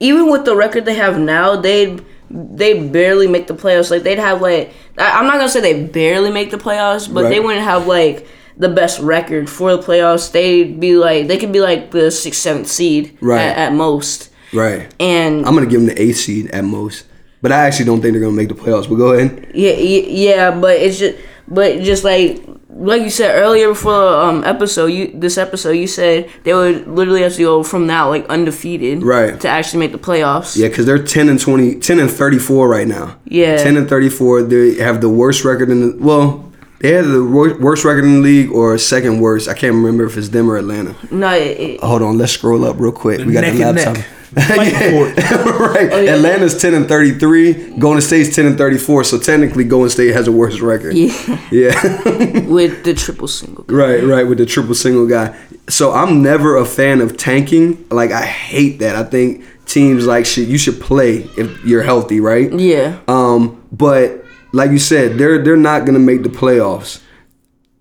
Speaker 1: even with the record they have now, they they barely make the playoffs. Like they'd have like I, I'm not gonna say they barely make the playoffs, but they
Speaker 2: Right.
Speaker 1: wouldn't have like the best record for the playoffs. They'd be like they could be like the sixth, seventh seed
Speaker 2: Right.
Speaker 1: at, at most.
Speaker 2: Right.
Speaker 1: And
Speaker 2: I'm gonna give them the eighth seed at most, but I actually don't think they're gonna make the playoffs. But go ahead.
Speaker 1: Yeah, y- yeah, but it's just, but just like, like you said earlier before the um, episode, you this episode, you said they would literally have to go from now like undefeated,
Speaker 2: Right.
Speaker 1: to actually make the playoffs.
Speaker 2: Yeah, because they're 10 and 20, 10 and 34 right now.
Speaker 1: Yeah.
Speaker 2: 10 and 34. They have the worst record in the well. They had the wor- worst record in the league or second worst. I can't remember if it's them or Atlanta.
Speaker 1: No, it, it-
Speaker 2: Hold on, let's scroll up real quick. we got
Speaker 3: neck
Speaker 2: the
Speaker 3: and
Speaker 2: laptop.
Speaker 3: neck. Fighting for it.
Speaker 2: right.
Speaker 1: Oh,
Speaker 2: Atlanta's 10 and 33. Golden State's 10 and 34. So technically, Golden State has a worse record.
Speaker 1: yeah,
Speaker 2: yeah.
Speaker 1: with the triple single.
Speaker 2: Right, right, with the triple single guy. So I'm never a fan of tanking. Like I hate that. I think teams like shit. You should play if you're healthy, right?
Speaker 1: Yeah,
Speaker 2: Um, but like you said, they're they're not gonna make the playoffs.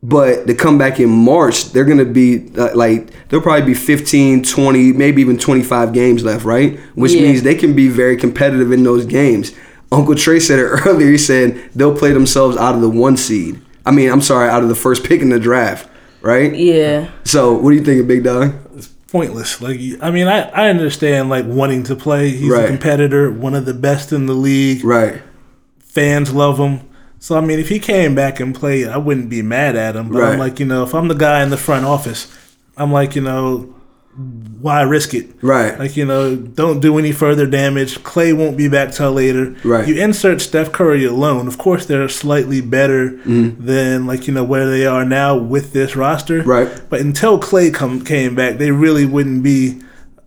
Speaker 2: But to come back in March, they're gonna be uh, like there'll probably be 15, 20, maybe even 25 games left, right? Which
Speaker 1: Yeah.
Speaker 2: means they can be very competitive in those games. Uncle Trey said it earlier. He said they'll play themselves out of the one seed. I mean, I'm sorry, out of the first pick in the draft, right?
Speaker 1: yeah,
Speaker 2: So, what do you think of Big Dog?
Speaker 3: pointless. Like I mean, I, I understand like wanting to play. He's
Speaker 2: Right.
Speaker 3: a competitor, one of the best in the league.
Speaker 2: Right,
Speaker 3: Fans love him. So I mean, if he came back and played, I wouldn't be mad at him. But
Speaker 2: Right.
Speaker 3: I'm like, you know, if I'm the guy in the front office, I'm like, you know, why risk it?
Speaker 2: right,
Speaker 3: Like you know, don't do any further damage. Clay won't be back till later.
Speaker 2: Right.
Speaker 3: You insert Steph Curry alone. Of course, they're slightly better
Speaker 2: Mm-hmm.
Speaker 3: than like you know where they are now with this roster.
Speaker 2: Right.
Speaker 3: But until Clay come came back, they really wouldn't be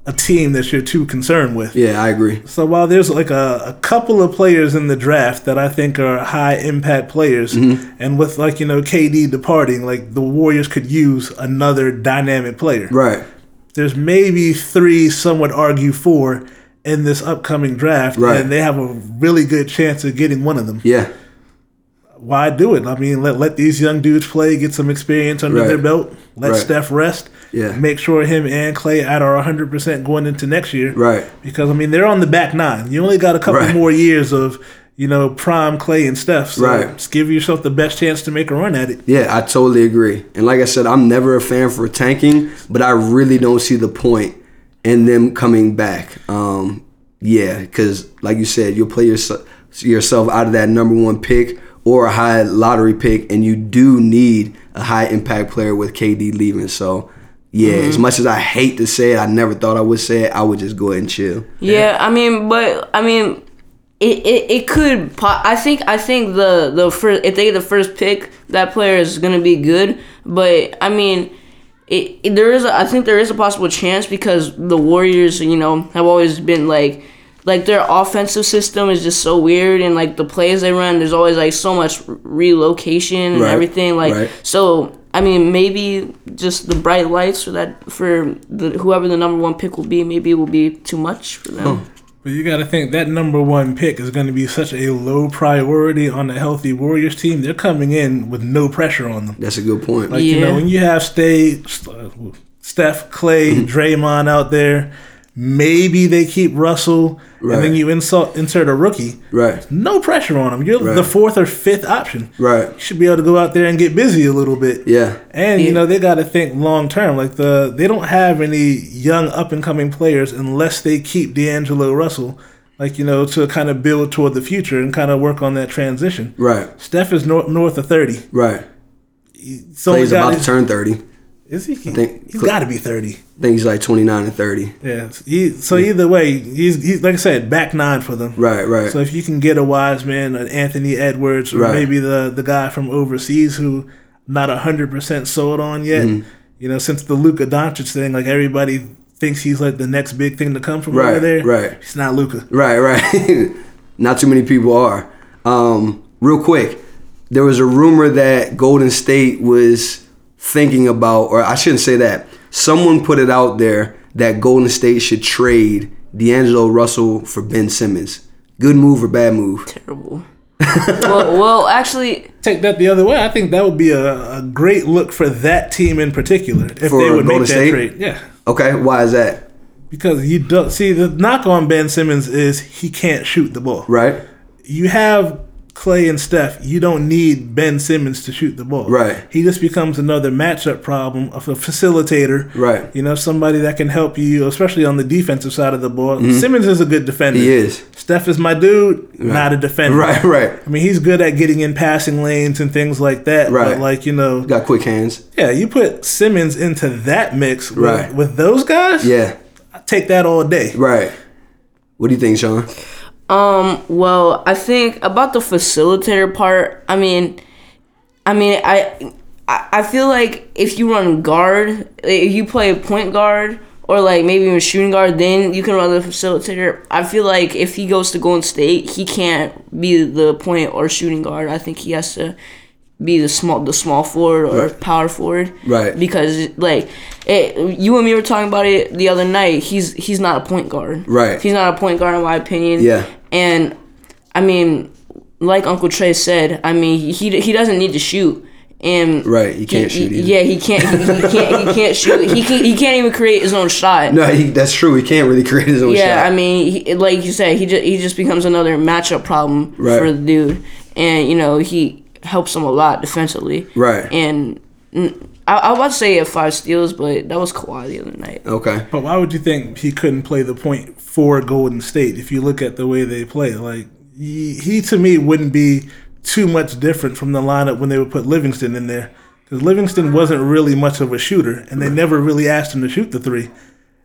Speaker 3: a team that you're too concerned with.
Speaker 2: yeah, I agree.
Speaker 3: So while there's like a, a couple of players in the draft that I think are high impact players,
Speaker 2: Mm-hmm.
Speaker 3: and with like you know KD departing, like the Warriors could use another dynamic player
Speaker 2: Right,
Speaker 3: there's maybe three, some would argue four, in this upcoming draft,
Speaker 2: Right.
Speaker 3: and they have a really good chance of getting one of them.
Speaker 2: yeah,
Speaker 3: Why do it? I mean, let let these young dudes play, get some experience under
Speaker 2: Right.
Speaker 3: their belt. Let
Speaker 2: Right.
Speaker 3: Steph rest.
Speaker 2: Yeah.
Speaker 3: Make sure him and Clay out are 100% going into next year.
Speaker 2: Right.
Speaker 3: Because, I mean, they're on the back nine. You only got a couple
Speaker 2: Right.
Speaker 3: more years of, you know, prime Clay and Steph. So
Speaker 2: Right.
Speaker 3: just give yourself the best chance to make a run at it.
Speaker 2: yeah, I totally agree. And like I said, I'm never a fan for tanking, but I really don't see the point in them coming back. Um, yeah, because like you said, you'll play yourself yourself out of that number one pick or a high lottery pick, and you do need a high impact player with KD leaving. So. Yeah, as much as I hate to say it, I never thought I would say it. I would just go ahead and chill.
Speaker 1: Yeah, I mean, but I mean, it, it, it could. po- I think I think the the first if they get the first pick, that player is gonna be good. But I mean, it, it- there is a, I think there is a possible chance because the Warriors, you know, have always been like like their offensive system is just so weird and like the plays they run. There's always like so much relocation and
Speaker 2: Right,
Speaker 1: everything. Like
Speaker 2: right.
Speaker 1: so. I mean, maybe just the bright lights for that for the, whoever the number one pick will be. Maybe it will be too much for them.
Speaker 3: But you got to think that number one pick is going to be such a low priority on a healthy Warriors team. They're coming in with no pressure on them.
Speaker 2: That's a good point.
Speaker 3: Like you
Speaker 1: Yeah.
Speaker 3: know, when you have stay, uh, Steph, Clay,
Speaker 2: Mm-hmm.
Speaker 3: Draymond out there, maybe they keep Russell, and
Speaker 2: Right.
Speaker 3: then you insult insert a rookie.
Speaker 2: right,
Speaker 3: No pressure on him. You're
Speaker 2: Right.
Speaker 3: the fourth or fifth option.
Speaker 2: right.
Speaker 3: You should be able to go out there and get busy a little bit.
Speaker 2: Yeah,
Speaker 3: And
Speaker 1: Yeah.
Speaker 3: you know they got to think long term. Like the they don't have any young up and coming players unless they keep D'Angelo Russell, like you know to kind of build toward the future and kind of work on that transition.
Speaker 2: right,
Speaker 3: Steph is north, north of thirty.
Speaker 2: right.
Speaker 3: He's only
Speaker 2: Clay's
Speaker 3: got-
Speaker 2: about to turn 30. I
Speaker 3: Is he? he
Speaker 2: think-
Speaker 3: has got to be thirty.
Speaker 2: think he's like 29 and 30.
Speaker 3: Yeah. He, so either way, he's, he's like I said, back nine for them.
Speaker 2: Right, right.
Speaker 3: So if you can get a wise man, an Anthony Edwards, or
Speaker 2: Right.
Speaker 3: maybe the the guy from overseas who not hundred percent sold on yet,
Speaker 2: Mm-hmm.
Speaker 3: you know, since the Luka Doncic thing, like everybody thinks he's like the next big thing to come from over
Speaker 2: Right,
Speaker 3: there.
Speaker 2: right.
Speaker 3: He's not Luka.
Speaker 2: right, right. Not too many people are. Um, real quick, there was a rumor that Golden State was thinking about, or I shouldn't say that. Someone put it out there that Golden State should trade D'Angelo Russell for Ben Simmons. Good move or bad move?
Speaker 1: terrible. well, well, actually,
Speaker 3: Take that the other way. I think that would be a, a great look for that team in particular if
Speaker 2: For
Speaker 3: they
Speaker 2: Golden
Speaker 3: would make that
Speaker 2: State?
Speaker 3: trade. Yeah.
Speaker 2: Okay, why is that?
Speaker 3: Because you don't see the knock on Ben Simmons is he can't shoot the ball.
Speaker 2: Right,
Speaker 3: you have Clay and Steph, you don't need Ben Simmons to shoot the ball.
Speaker 2: Right.
Speaker 3: He just becomes another matchup problem of a facilitator.
Speaker 2: Right.
Speaker 3: You know, somebody that can help you, especially on the defensive side of the ball. Simmons is a good defender.
Speaker 2: Mm-hmm. he is.
Speaker 3: Steph is my dude, not a defender.
Speaker 2: Right, right.
Speaker 3: I mean, he's good at getting in passing lanes and things like that.
Speaker 2: Right.
Speaker 3: But like, you know,
Speaker 2: Got quick hands.
Speaker 3: yeah, you put Simmons into that mix with,
Speaker 2: Right.
Speaker 3: with those guys,
Speaker 2: Yeah,
Speaker 3: I take that all day.
Speaker 2: right. What do you think, Sean?
Speaker 1: um, well, I think about the facilitator part. I mean, I mean, I, I I feel like if you run guard, if you play point guard or like maybe even shooting guard, then you can run the facilitator. I feel like if he goes to Golden State, he can't be the point or shooting guard. I think he has to be the small the small forward or power forward.
Speaker 2: Right.
Speaker 1: Because like it, you and me were talking about it the other night. He's he's not a point guard.
Speaker 2: Right.
Speaker 1: He's not a point guard in my opinion.
Speaker 2: Yeah.
Speaker 1: And I mean, like Uncle Trey said, I mean he he doesn't need to shoot. And
Speaker 2: Right, he can't shoot either.
Speaker 1: Yeah, he can't. He, he can't. He can't shoot. He can, he can't even create his own shot.
Speaker 2: No, he, that's true. He can't really create his own shot.
Speaker 1: Yeah, I mean, he, like you said, he just he just becomes another matchup problem
Speaker 2: Right.
Speaker 1: for the dude, and you know he helps him a lot defensively.
Speaker 2: Right.
Speaker 1: And mm, I, I was about to say he had five steals, but that was Kawhi the other night.
Speaker 2: okay.
Speaker 3: But why would you think he couldn't play the point for Golden State if you look at the way they play? Like he, he to me wouldn't be too much different from the lineup when they would put Livingston in there because Livingston wasn't really much of a shooter, and they never really asked him to shoot the three.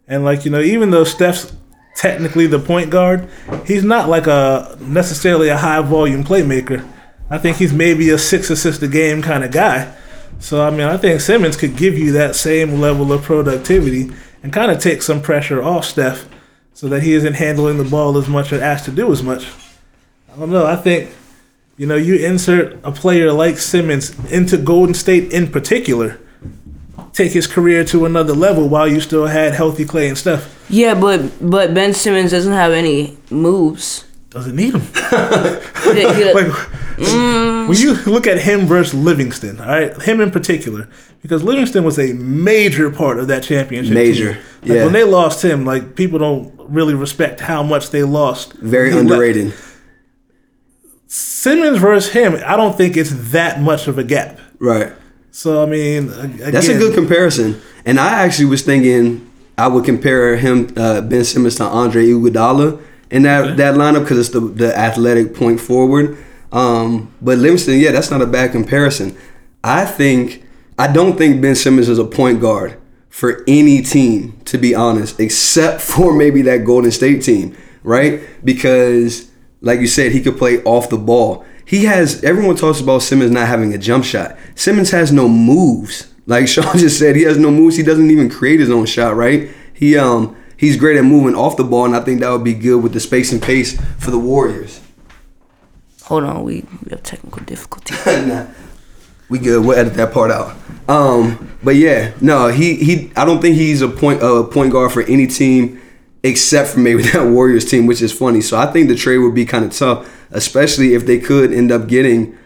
Speaker 3: And like you know, even though Steph's technically the point guard, he's not like a necessarily a high volume playmaker. I think he's maybe a six assist a game kind of guy. So I mean, I think Simmons could give you that same level of productivity and kind of take some pressure off Steph, so that he isn't handling the ball as much or asked to do as much. I don't know. I think you know you insert a player like Simmons into Golden State in particular, take his career to another level while you still had healthy Clay and Steph.
Speaker 1: Yeah, but but Ben Simmons doesn't have any moves.
Speaker 3: Doesn't need him.
Speaker 1: He- he-
Speaker 3: Like, when you look at him versus Livingston, all right, him in particular, because Livingston was a major part of that championship. team.
Speaker 2: Major,
Speaker 3: Like,
Speaker 2: yeah.
Speaker 3: When they lost him, like people don't really respect how much they lost.
Speaker 2: Very
Speaker 3: He left.
Speaker 2: underrated.
Speaker 3: Simmons versus him, I don't think it's that much of a gap.
Speaker 2: Right.
Speaker 3: So I mean, a- again,
Speaker 2: That's a good comparison. And I actually was thinking I would compare him, uh, Ben Simmons, to Andre Iguodala, in that that lineup because it's the the athletic point forward. Um, but Livingston, yeah, that's not a bad comparison. I think I don't think Ben Simmons is a point guard for any team, to be honest, except for maybe that Golden State team, right? Because like you said, he could play off the ball. He has everyone talks about Simmons not having a jump shot. Simmons has no moves. Like Sean just said, he has no moves. He doesn't even create his own shot, right? He um he's great at moving off the ball, and I think that would be good with the space and pace for the Warriors.
Speaker 1: Hold on, we, we have technical difficulty.
Speaker 2: Nah, we good. We'll edit that part out. Um, but yeah, no, he he. I don't think he's a point a point guard for any team except for maybe that Warriors team, which is funny. So I think the trade would be kind of tough, especially if they could end up getting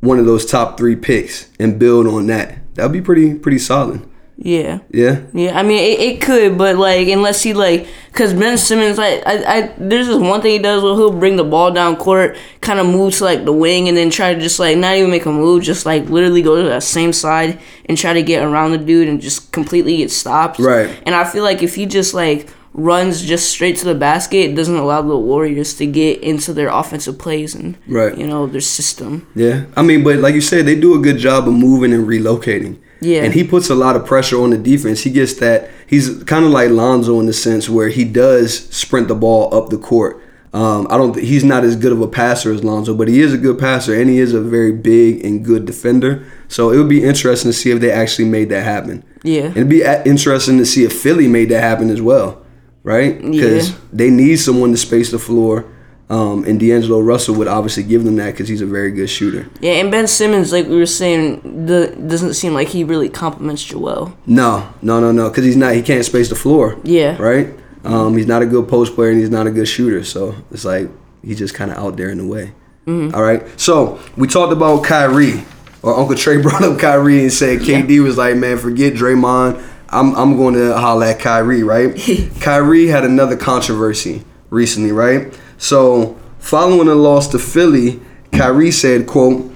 Speaker 2: one of those top three picks and build on that. That'd be pretty pretty solid.
Speaker 1: yeah.
Speaker 2: Yeah.
Speaker 1: Yeah, I mean it, it could, but like unless he like, cause Ben Simmons like I, I there's this one thing he does where he'll bring the ball down court, kind of move to like the wing, and then try to just like not even make a move, just like literally go to that same side and try to get around the dude and just completely get stopped.
Speaker 2: Right.
Speaker 1: And I feel like if he just like runs just straight to the basket, it doesn't allow the Warriors to get into their offensive plays and
Speaker 2: Right.
Speaker 1: you know their system.
Speaker 2: Yeah, I mean, but like you said, they do a good job of moving and relocating.
Speaker 1: Yeah.
Speaker 2: and he puts a lot of pressure on the defense. He gets that he's kind of like Lonzo in the sense where he does sprint the ball up the court. Um, I don't. thi- He's not as good of a passer as Lonzo, but he is a good passer and he is a very big and good defender. So it would be interesting to see if they actually made that happen.
Speaker 1: Yeah.
Speaker 2: it'd be a- interesting to see if Philly made that happen as well, right? Because
Speaker 1: Yeah.
Speaker 2: they need someone to space the floor. Um, and D'Angelo Russell would obviously give them that because he's a very good shooter.
Speaker 1: Yeah, and Ben Simmons, like we were saying, the, doesn't seem like he really compliments Joel.
Speaker 2: No, no, no, no, because he's not. He can't space the floor.
Speaker 1: Yeah.
Speaker 2: Right. Um, he's not a good post player and he's not a good shooter. So it's like he's just kind of out there in the way. All right. So we talked about Kyrie, or Uncle Trey brought up Kyrie and said KD was like, man, forget Draymond. I'm I'm going to holler at Kyrie. Right. Kyrie had another controversy recently. Right. So following a loss to Philly, Kyrie said, "quote."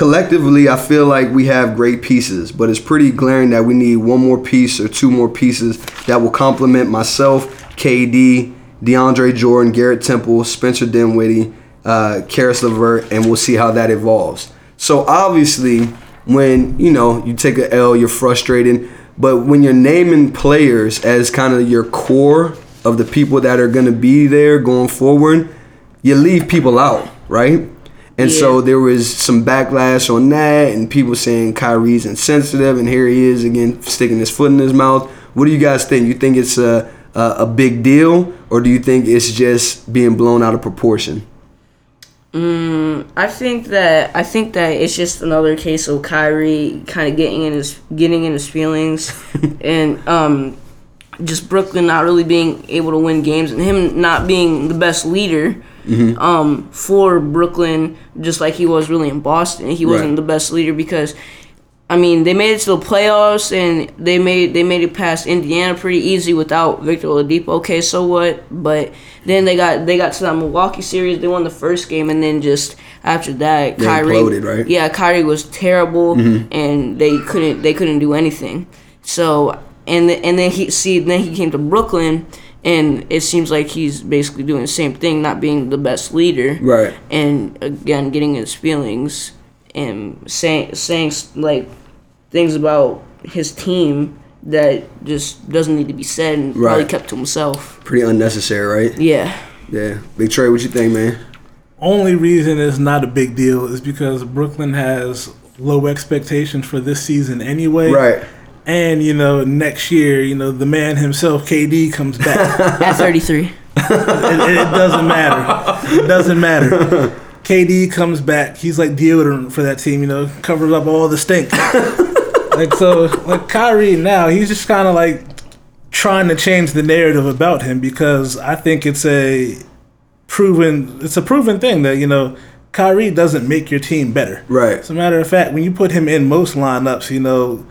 Speaker 2: Collectively, I feel like we have great pieces, but it's pretty glaring that we need one more piece or two more pieces that will complement myself, KD, DeAndre Jordan, Garrett Temple, Spencer Dinwiddie, uh, Karis LeVert, and we'll see how that evolves. So obviously, when you know you take a L, you're frustrated, but when you're naming players as kind of your core of the people that are going to be there going forward, you leave people out, right? And so
Speaker 1: Yeah.
Speaker 2: there was some backlash on that, and people saying Kyrie's insensitive, and here he is again sticking his foot in his mouth. What do you guys think? You think it's a a, a big deal, or do you think it's just being blown out of proportion?
Speaker 1: I think that I think that it's just another case of Kyrie kind of getting in his getting in his feelings, and um, just Brooklyn not really being able to win games, and him not being the best leader
Speaker 2: Mm-hmm.
Speaker 1: um, for Brooklyn, just like he was really in Boston. He wasn't
Speaker 2: Right.
Speaker 1: the best leader because. I mean, they made it to the playoffs, and they made they made it past Indiana pretty easy without Victor Oladipo. Okay, so what? But then they got they got to that Milwaukee series. They won the first game, and then just after that, Kyrie,
Speaker 2: imploded, right?
Speaker 1: Yeah, Kyrie was terrible,
Speaker 2: Mm-hmm.
Speaker 1: and they couldn't they couldn't do anything. So and th- and then he see then he came to Brooklyn, and it seems like he's basically doing the same thing, not being the best leader,
Speaker 2: Right.
Speaker 1: And again, getting his feelings and saying saying s- like things about his team that just doesn't need to be said and probably
Speaker 2: Right.
Speaker 1: kept to himself.
Speaker 2: Pretty unnecessary, right?
Speaker 1: Yeah.
Speaker 2: Yeah. Big Trey, what you think, man?
Speaker 3: Only reason it's not a big deal is because Brooklyn has low expectations for this season anyway.
Speaker 2: Right.
Speaker 3: And you know, next year, you know, the man himself, KD, comes back.
Speaker 1: At 33.
Speaker 3: it, it doesn't matter. It doesn't matter. KD comes back. He's like deodorant for that team. You know, covers up all the stink. like so, like Kyrie now, he's just kind of like trying to change the narrative about him because I think it's a proven it's a proven thing that you know Kyrie doesn't make your team better.
Speaker 2: Right.
Speaker 3: As a matter of fact, when you put him in most lineups, you know.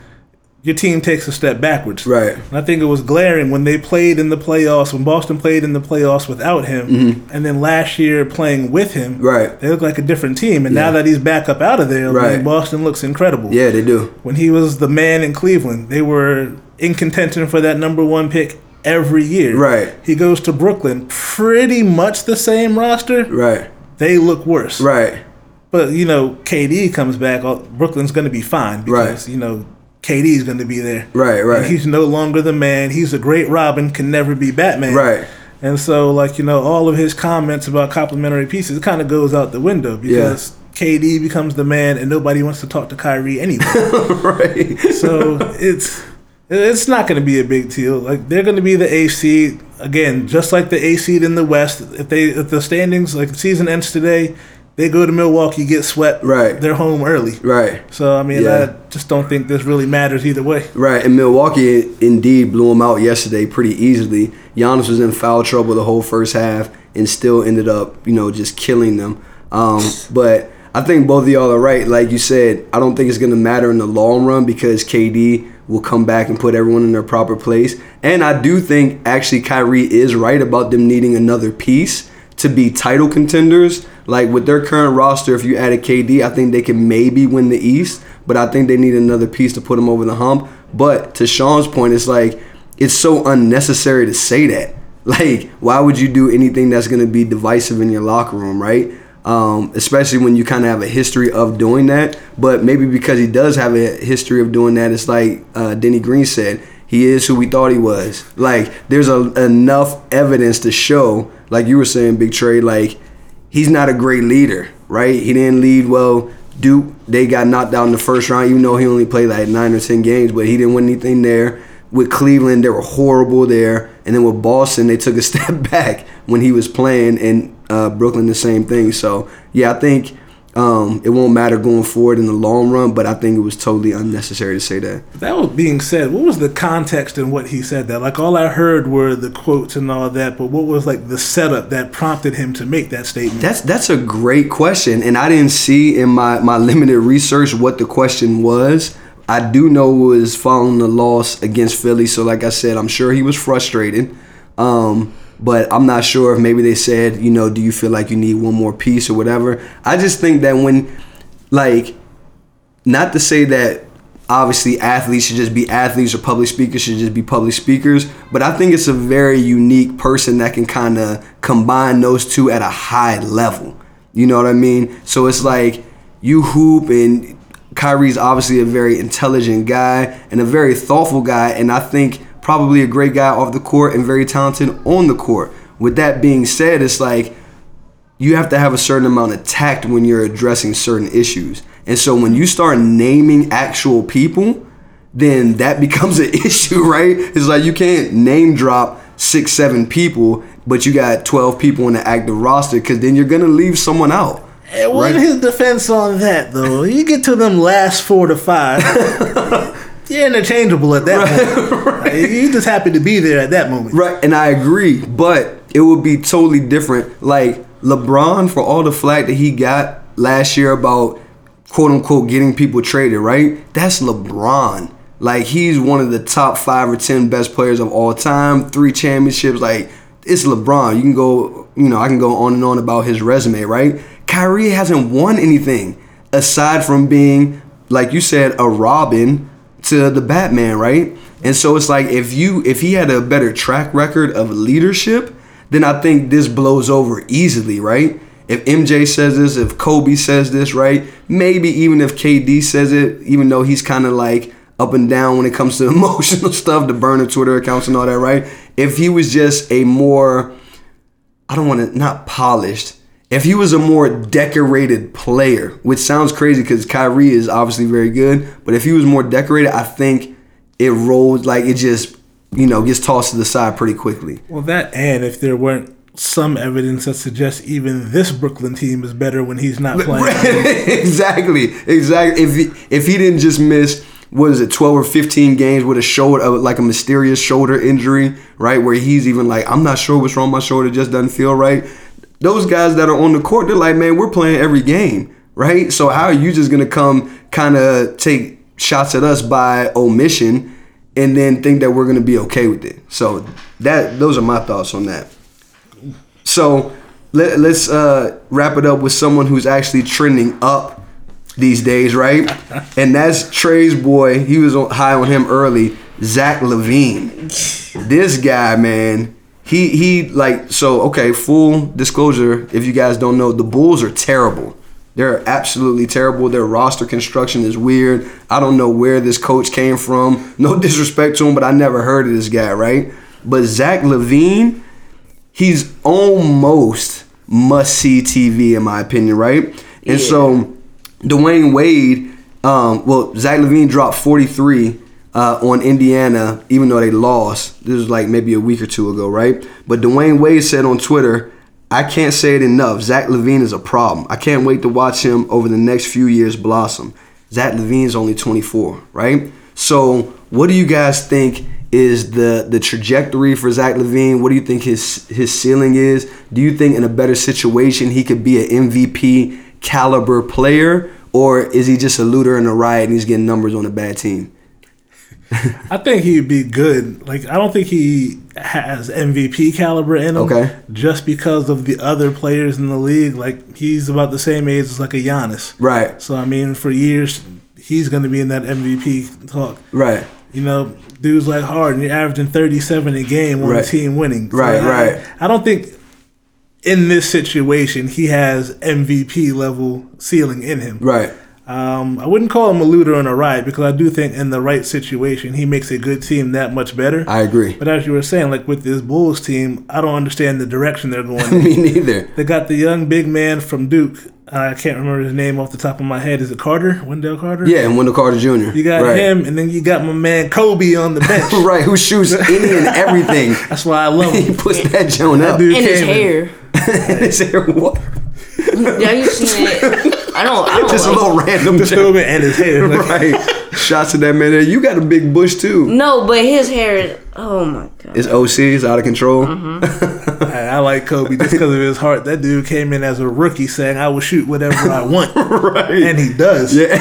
Speaker 3: Your team takes a step backwards.
Speaker 2: Right.
Speaker 3: And I think it was glaring when they played in the playoffs, when Boston played in the playoffs without him, and then last year playing with him.
Speaker 2: Mm-hmm. Right.
Speaker 3: They look like a different team. And now that he's back up out of there,
Speaker 2: Right.
Speaker 3: like, Boston looks incredible.
Speaker 2: Yeah, they do.
Speaker 3: When he was the man in Cleveland, they were in contention for that number one pick every year.
Speaker 2: Right.
Speaker 3: He goes to Brooklyn, pretty much the same roster.
Speaker 2: Right.
Speaker 3: They look worse.
Speaker 2: Right.
Speaker 3: But you know, KD comes back. all- Brooklyn's going to be fine because you know KD's going to be there.
Speaker 2: Right, right.
Speaker 3: And he's no longer the man. He's a great Robin. Can never be Batman.
Speaker 2: Right.
Speaker 3: And so, like you know, all of his comments about complimentary pieces kind of goes out the window because KD becomes the man, and nobody wants to talk to Kyrie anyway.
Speaker 2: right.
Speaker 3: so it's it's not going to be a big deal. Like they're going to be the A seed again, just like the A seed in the West. If they if the standings like the season ends today, they go to Milwaukee, get swept.
Speaker 2: Right.
Speaker 3: They're home early.
Speaker 2: Right.
Speaker 3: So I mean,
Speaker 2: Yeah.
Speaker 3: I just don't think this really matters either way.
Speaker 2: Right, and Milwaukee indeed blew him out yesterday pretty easily. Giannis was in foul trouble the whole first half and still ended up, you know, just killing them. Um, but I think both of y'all are right. Like you said, I don't think it's going to matter in the long run because KD will come back and put everyone in their proper place. And I do think actually Kyrie is right about them needing another piece to be title contenders. Like with their current roster, if you added KD, I think they can maybe win the East, but I think they need another piece to put them over the hump. But to Sean's point, it's like it's so unnecessary to say that. Like, why would you do anything that's going to be divisive in your locker room, right? Um, especially when you kind of have a history of doing that. But maybe because he does have a history of doing that, it's like uh, Denny Green said, he is who we thought he was. Like there's a, enough evidence to show, like you were saying, Big Trey, like he's not a great leader, right? He didn't lead well. Duke, they got knocked out in the first round, even though he only played like nine or ten games, but he didn't win anything there. With Cleveland, they were horrible there, and then with Boston, they took a step back when he was playing, and uh, Brooklyn the same thing. So yeah, I think um, it won't matter going forward in the long run, but I think it was totally unnecessary to say that.
Speaker 3: That was being said. What was the context in what he said that? Like all I heard were the quotes and all that, but what was like the setup that prompted him to make that statement?
Speaker 2: That's that's a great question, and I didn't see in my my limited research what the question was. I do know it was following the loss against Philly, so like I said, I'm sure he was frustrated. Um, but I'm not sure if maybe they said, you know, do you feel like you need one more piece or whatever. I just think that when, like, not to say that obviously athletes should just be athletes or public speakers should just be public speakers, but I think it's a very unique person that can kind of combine those two at a high level. You know what I mean? So it's like you hoop and Kyrie's obviously a very intelligent guy and a very thoughtful guy and I think probably a great guy off the court and very talented on the court. With that being said, it's like you have to have a certain amount of tact when you're addressing certain issues. And so when you start naming actual people, then that becomes an issue, right? It's like you can't name drop six, seven people, but you got 12 people on the active roster because then you're going to leave someone out.
Speaker 3: It wasn't
Speaker 2: Right.
Speaker 3: his defense on that though. You get to them last four to five. You're interchangeable at that point. Like, You just happy to be there at that moment.
Speaker 2: Right, and I agree, but it would be totally different. Like LeBron, for all the flack that he got last year about quote unquote getting people traded, right? That's LeBron. Like he's one of the top five or ten best players of all time, three championships. Like it's LeBron. You can go, you know, I can go on and on about his resume, right? Kyrie hasn't won anything aside from being, like you said, a Robin to the Batman, right? And so it's like if you if he had a better track record of leadership, then I think this blows over easily, right? If MJ says this, if Kobe says this, right? Maybe even if KD says it, even though he's kind of like up and down when it comes to emotional stuff, the burner Twitter accounts and all that, right? If he was just a more I don't want to not polished. If he was a more decorated player, which sounds crazy because Kyrie is obviously very good, but if he was more decorated, I think it rolls like it just you know gets tossed to the side pretty quickly.
Speaker 3: Well, that and if there weren't some evidence that suggests even this Brooklyn team is better when he's not playing.
Speaker 2: exactly, exactly. If he, if he didn't just miss what is it, twelve or fifteen games with a shoulder, uh, like a mysterious shoulder injury, right? Where he's even like, I'm not sure what's wrong. with My shoulder It just doesn't feel right. Those guys that are on the court, they're like, man, we're playing every game, right? So how are you just gonna come kind of take shots at us by omission, and then think that we're gonna be okay with it? So that those are my thoughts on that. So let, let's uh, wrap it up with someone who's actually trending up these days, right? And that's Trey's boy. He was on, high on him early, Zach Levine. This guy, man, he he like so. Okay, full disclosure. If you guys don't know, the Bulls are terrible. They're absolutely terrible. Their roster construction is weird. I don't know where this coach came from. No disrespect to him, but I never heard of this guy, right? But Zach Levine, he's almost must see TV in my opinion, right? And
Speaker 1: Yeah.
Speaker 2: so Dwayne Wade, um, well, Zach Levine dropped 43 uh, on Indiana, even though they lost. This was like maybe a week or two ago, right? But Dwayne Wade said on Twitter, I can't say it enough. Zach Levine is a problem. I can't wait to watch him over the next few years blossom. Zach Levine's only 24, right? So, what do you guys think is the the trajectory for Zach Levine? What do you think his his ceiling is? Do you think in a better situation he could be an MVP caliber player, or is he just a looter in a riot and he's getting numbers on a bad team?
Speaker 3: I think he'd be good. Like I don't think he has MVP caliber in him.
Speaker 2: Okay.
Speaker 3: Just because of the other players in the league, like he's about the same age as like a Giannis.
Speaker 2: Right,
Speaker 3: So I mean, for years he's going to be in that MVP talk.
Speaker 2: right,
Speaker 3: You know, dudes like Harden, you're averaging 37 a game on
Speaker 2: Right.
Speaker 3: a team winning. So
Speaker 2: Right,
Speaker 3: I-
Speaker 2: right.
Speaker 3: I don't think in this situation he has MVP level ceiling in him.
Speaker 2: right.
Speaker 3: Um, I wouldn't call him a looter and a riot because I do think in the right situation he makes a good team that much better.
Speaker 2: I agree.
Speaker 3: but as you were saying, like with this Bulls team, I don't understand the direction they're going. in.
Speaker 2: Me neither.
Speaker 3: they got the young big man from Duke. Uh, I can't remember his name off the top of my head. Is it Carter? Wendell Carter?
Speaker 2: Yeah, and Wendell Carter Jr.
Speaker 3: You got
Speaker 2: right.
Speaker 3: him, and then you got my man Kobe on the bench.
Speaker 2: Right, who shoots any and everything.
Speaker 3: That's why I love
Speaker 2: he
Speaker 3: him.
Speaker 2: puts that joint
Speaker 3: That
Speaker 2: up.
Speaker 3: dude
Speaker 1: And his
Speaker 3: came in.
Speaker 1: hair.
Speaker 2: His hair wa-
Speaker 1: Yeah, you seen it. I don't. I don't.
Speaker 2: Just a
Speaker 1: like-
Speaker 2: little random
Speaker 3: Just
Speaker 2: joke.
Speaker 3: Kobe and his hair. Like,
Speaker 2: right. Shots to that man there. You got a big bush too.
Speaker 1: No, but his hair is. Oh my god.
Speaker 2: It's OC, it's out of control.
Speaker 3: I, I like Kobe just because of his heart. That dude came in as a rookie saying, "I will shoot whatever I want,"
Speaker 2: Right.
Speaker 3: and he does.
Speaker 2: yeah.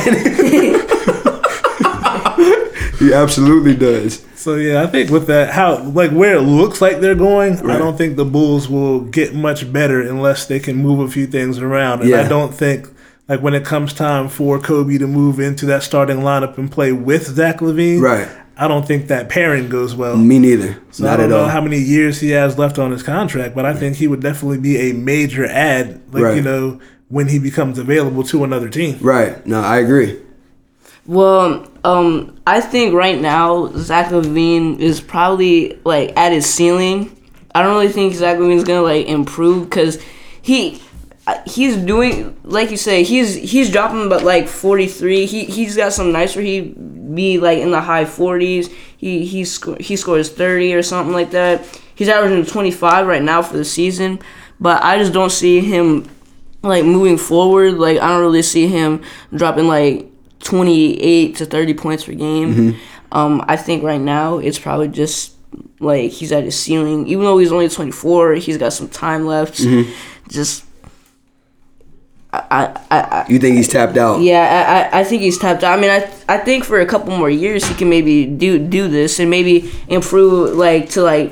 Speaker 2: he absolutely does.
Speaker 3: So yeah, I think with that, how like where it looks like they're going,
Speaker 2: Right.
Speaker 3: I don't think the Bulls will get much better unless they can move a few things around. And
Speaker 2: Yeah.
Speaker 3: I don't think like when it comes time for Kobe to move into that starting lineup and play with Zach Levine,
Speaker 2: Right.
Speaker 3: I don't think that pairing goes well.
Speaker 2: Me neither.
Speaker 3: So I
Speaker 2: Not
Speaker 3: don't
Speaker 2: at
Speaker 3: know
Speaker 2: all.
Speaker 3: how many years he has left on his contract, but I think he would definitely be a major add, like
Speaker 2: Right.
Speaker 3: you know, when he becomes available to another team.
Speaker 2: right. No, I agree.
Speaker 1: Well, um, I think right now Zach Levine is probably like at his ceiling. I don't really think Zach Levine's gonna like improve because he uh, he's doing like you say he's he's dropping about like forty three. He he's got some nights where he be like in the high forties. He he sco- he scores thirty or something like that. He's averaging twenty five right now for the season, but I just don't see him like moving forward, like I don't really see him dropping like 28 to 30 points per game. Um, I think right now it's probably just like he's at his ceiling. Even though he's only 24, he's got some time left. Just I, I, I,
Speaker 2: You think he's tapped out?
Speaker 1: yeah, I, I, I think he's tapped out. I mean, I, I think for a couple more years he can maybe do do this and maybe improve like to like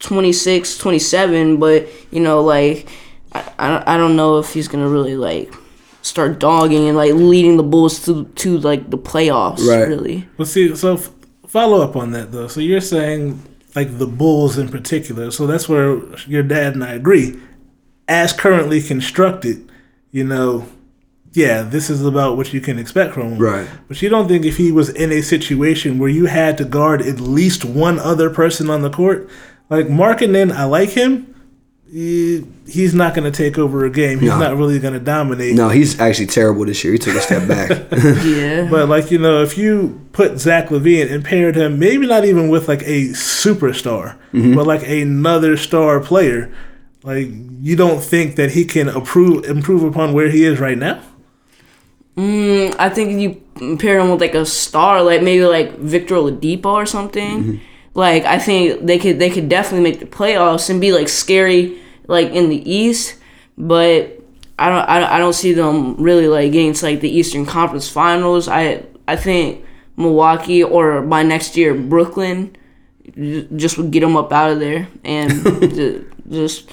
Speaker 1: 26, 27, but you know, like I, I, don't- I don't know if he's gonna really like start dogging and like leading the Bulls to to like the playoffs.
Speaker 2: Right.
Speaker 1: Really,
Speaker 3: Well, see, so f- follow up on that though. So you're saying like the Bulls in particular. So that's where your dad and I agree. As currently constructed, you know, yeah, this is about what you can expect from him.
Speaker 2: Right.
Speaker 3: But you don't think if he was in a situation where you had to guard at least one other person on the court, like Markkinen, I like him. eh, He's not going to take over a game. He's
Speaker 2: No.
Speaker 3: not really going to dominate.
Speaker 2: No, he's actually terrible this year. He took a step back.
Speaker 1: yeah.
Speaker 3: But like you know, if you put Zach Levine and paired him, maybe not even with like a superstar,
Speaker 2: Mm-hmm.
Speaker 3: but like another star player, like you don't think that he can approve improve upon where he is right now?
Speaker 1: I think you pair him with like a star, like maybe like Victor Oladipo or something. Like I think they could they could definitely make the playoffs and be like scary like in the East, but I don't I don't, I don't see them really like getting to like the Eastern Conference Finals. I I think Milwaukee or by next year Brooklyn ju- just would get them up out of there and ju- just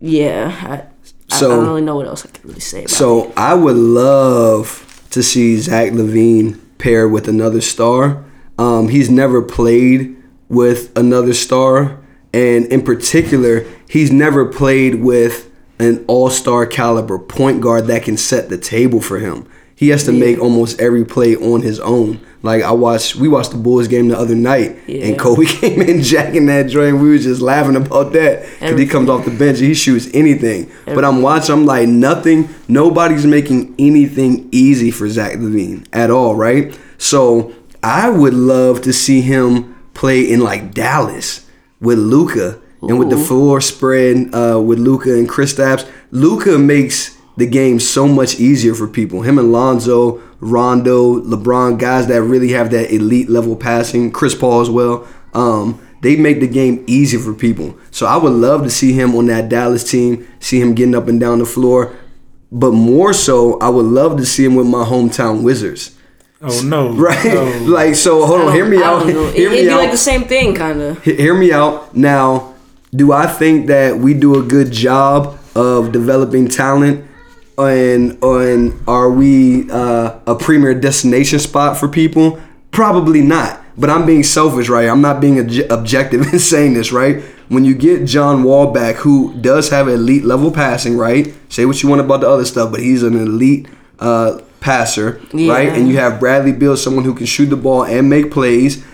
Speaker 1: yeah. I, I, I
Speaker 2: So-
Speaker 1: don't really know what else I could really say. About it.
Speaker 2: so I would love to see Zach Levine paired with another star. Um, he's never played with another star, and in particular, he's never played with an all-star caliber point guard that can set the table for him. He has to make almost every play on his own. Like I watched, we watched the Bulls game the other night,
Speaker 1: Yeah.
Speaker 2: and Kobe came in jacking that joint. We was just laughing about that because he
Speaker 1: Everything.
Speaker 2: comes off the bench and he shoots anything. But I'm watching, I'm like nothing. Nobody's making anything easy for Zach Levine at all, right? So I would love to see him play in like Dallas with Luca and with the floor spread uh, with Luca and Kristaps. Luca makes the game so much easier for people. Him and Lonzo, Rondo, LeBron, guys that really have that elite level passing, Chris Paul as well. Um, they make the game easy for people. So I would love to see him on that Dallas team, see him getting up and down the floor. But more so, I would love to see him with my hometown Wizards.
Speaker 3: Oh no!
Speaker 2: Right?
Speaker 3: No.
Speaker 2: like, so hold on, Oh, hear me
Speaker 1: I
Speaker 2: out.
Speaker 1: don't know. It,
Speaker 2: Hear
Speaker 1: it'd
Speaker 2: me
Speaker 1: be like
Speaker 2: out.
Speaker 1: the same thing, kind of.
Speaker 2: He- hear me out now do i think that we do a good job of developing talent and and are we uh, a premier destination spot for people probably not but i'm being selfish right i'm not being obj- objective in saying this right when you get john wall back who does have elite level passing right say what you want about the other stuff but he's an elite uh, passer right
Speaker 1: Yeah.
Speaker 2: and you have bradley bill someone who can shoot the ball and make plays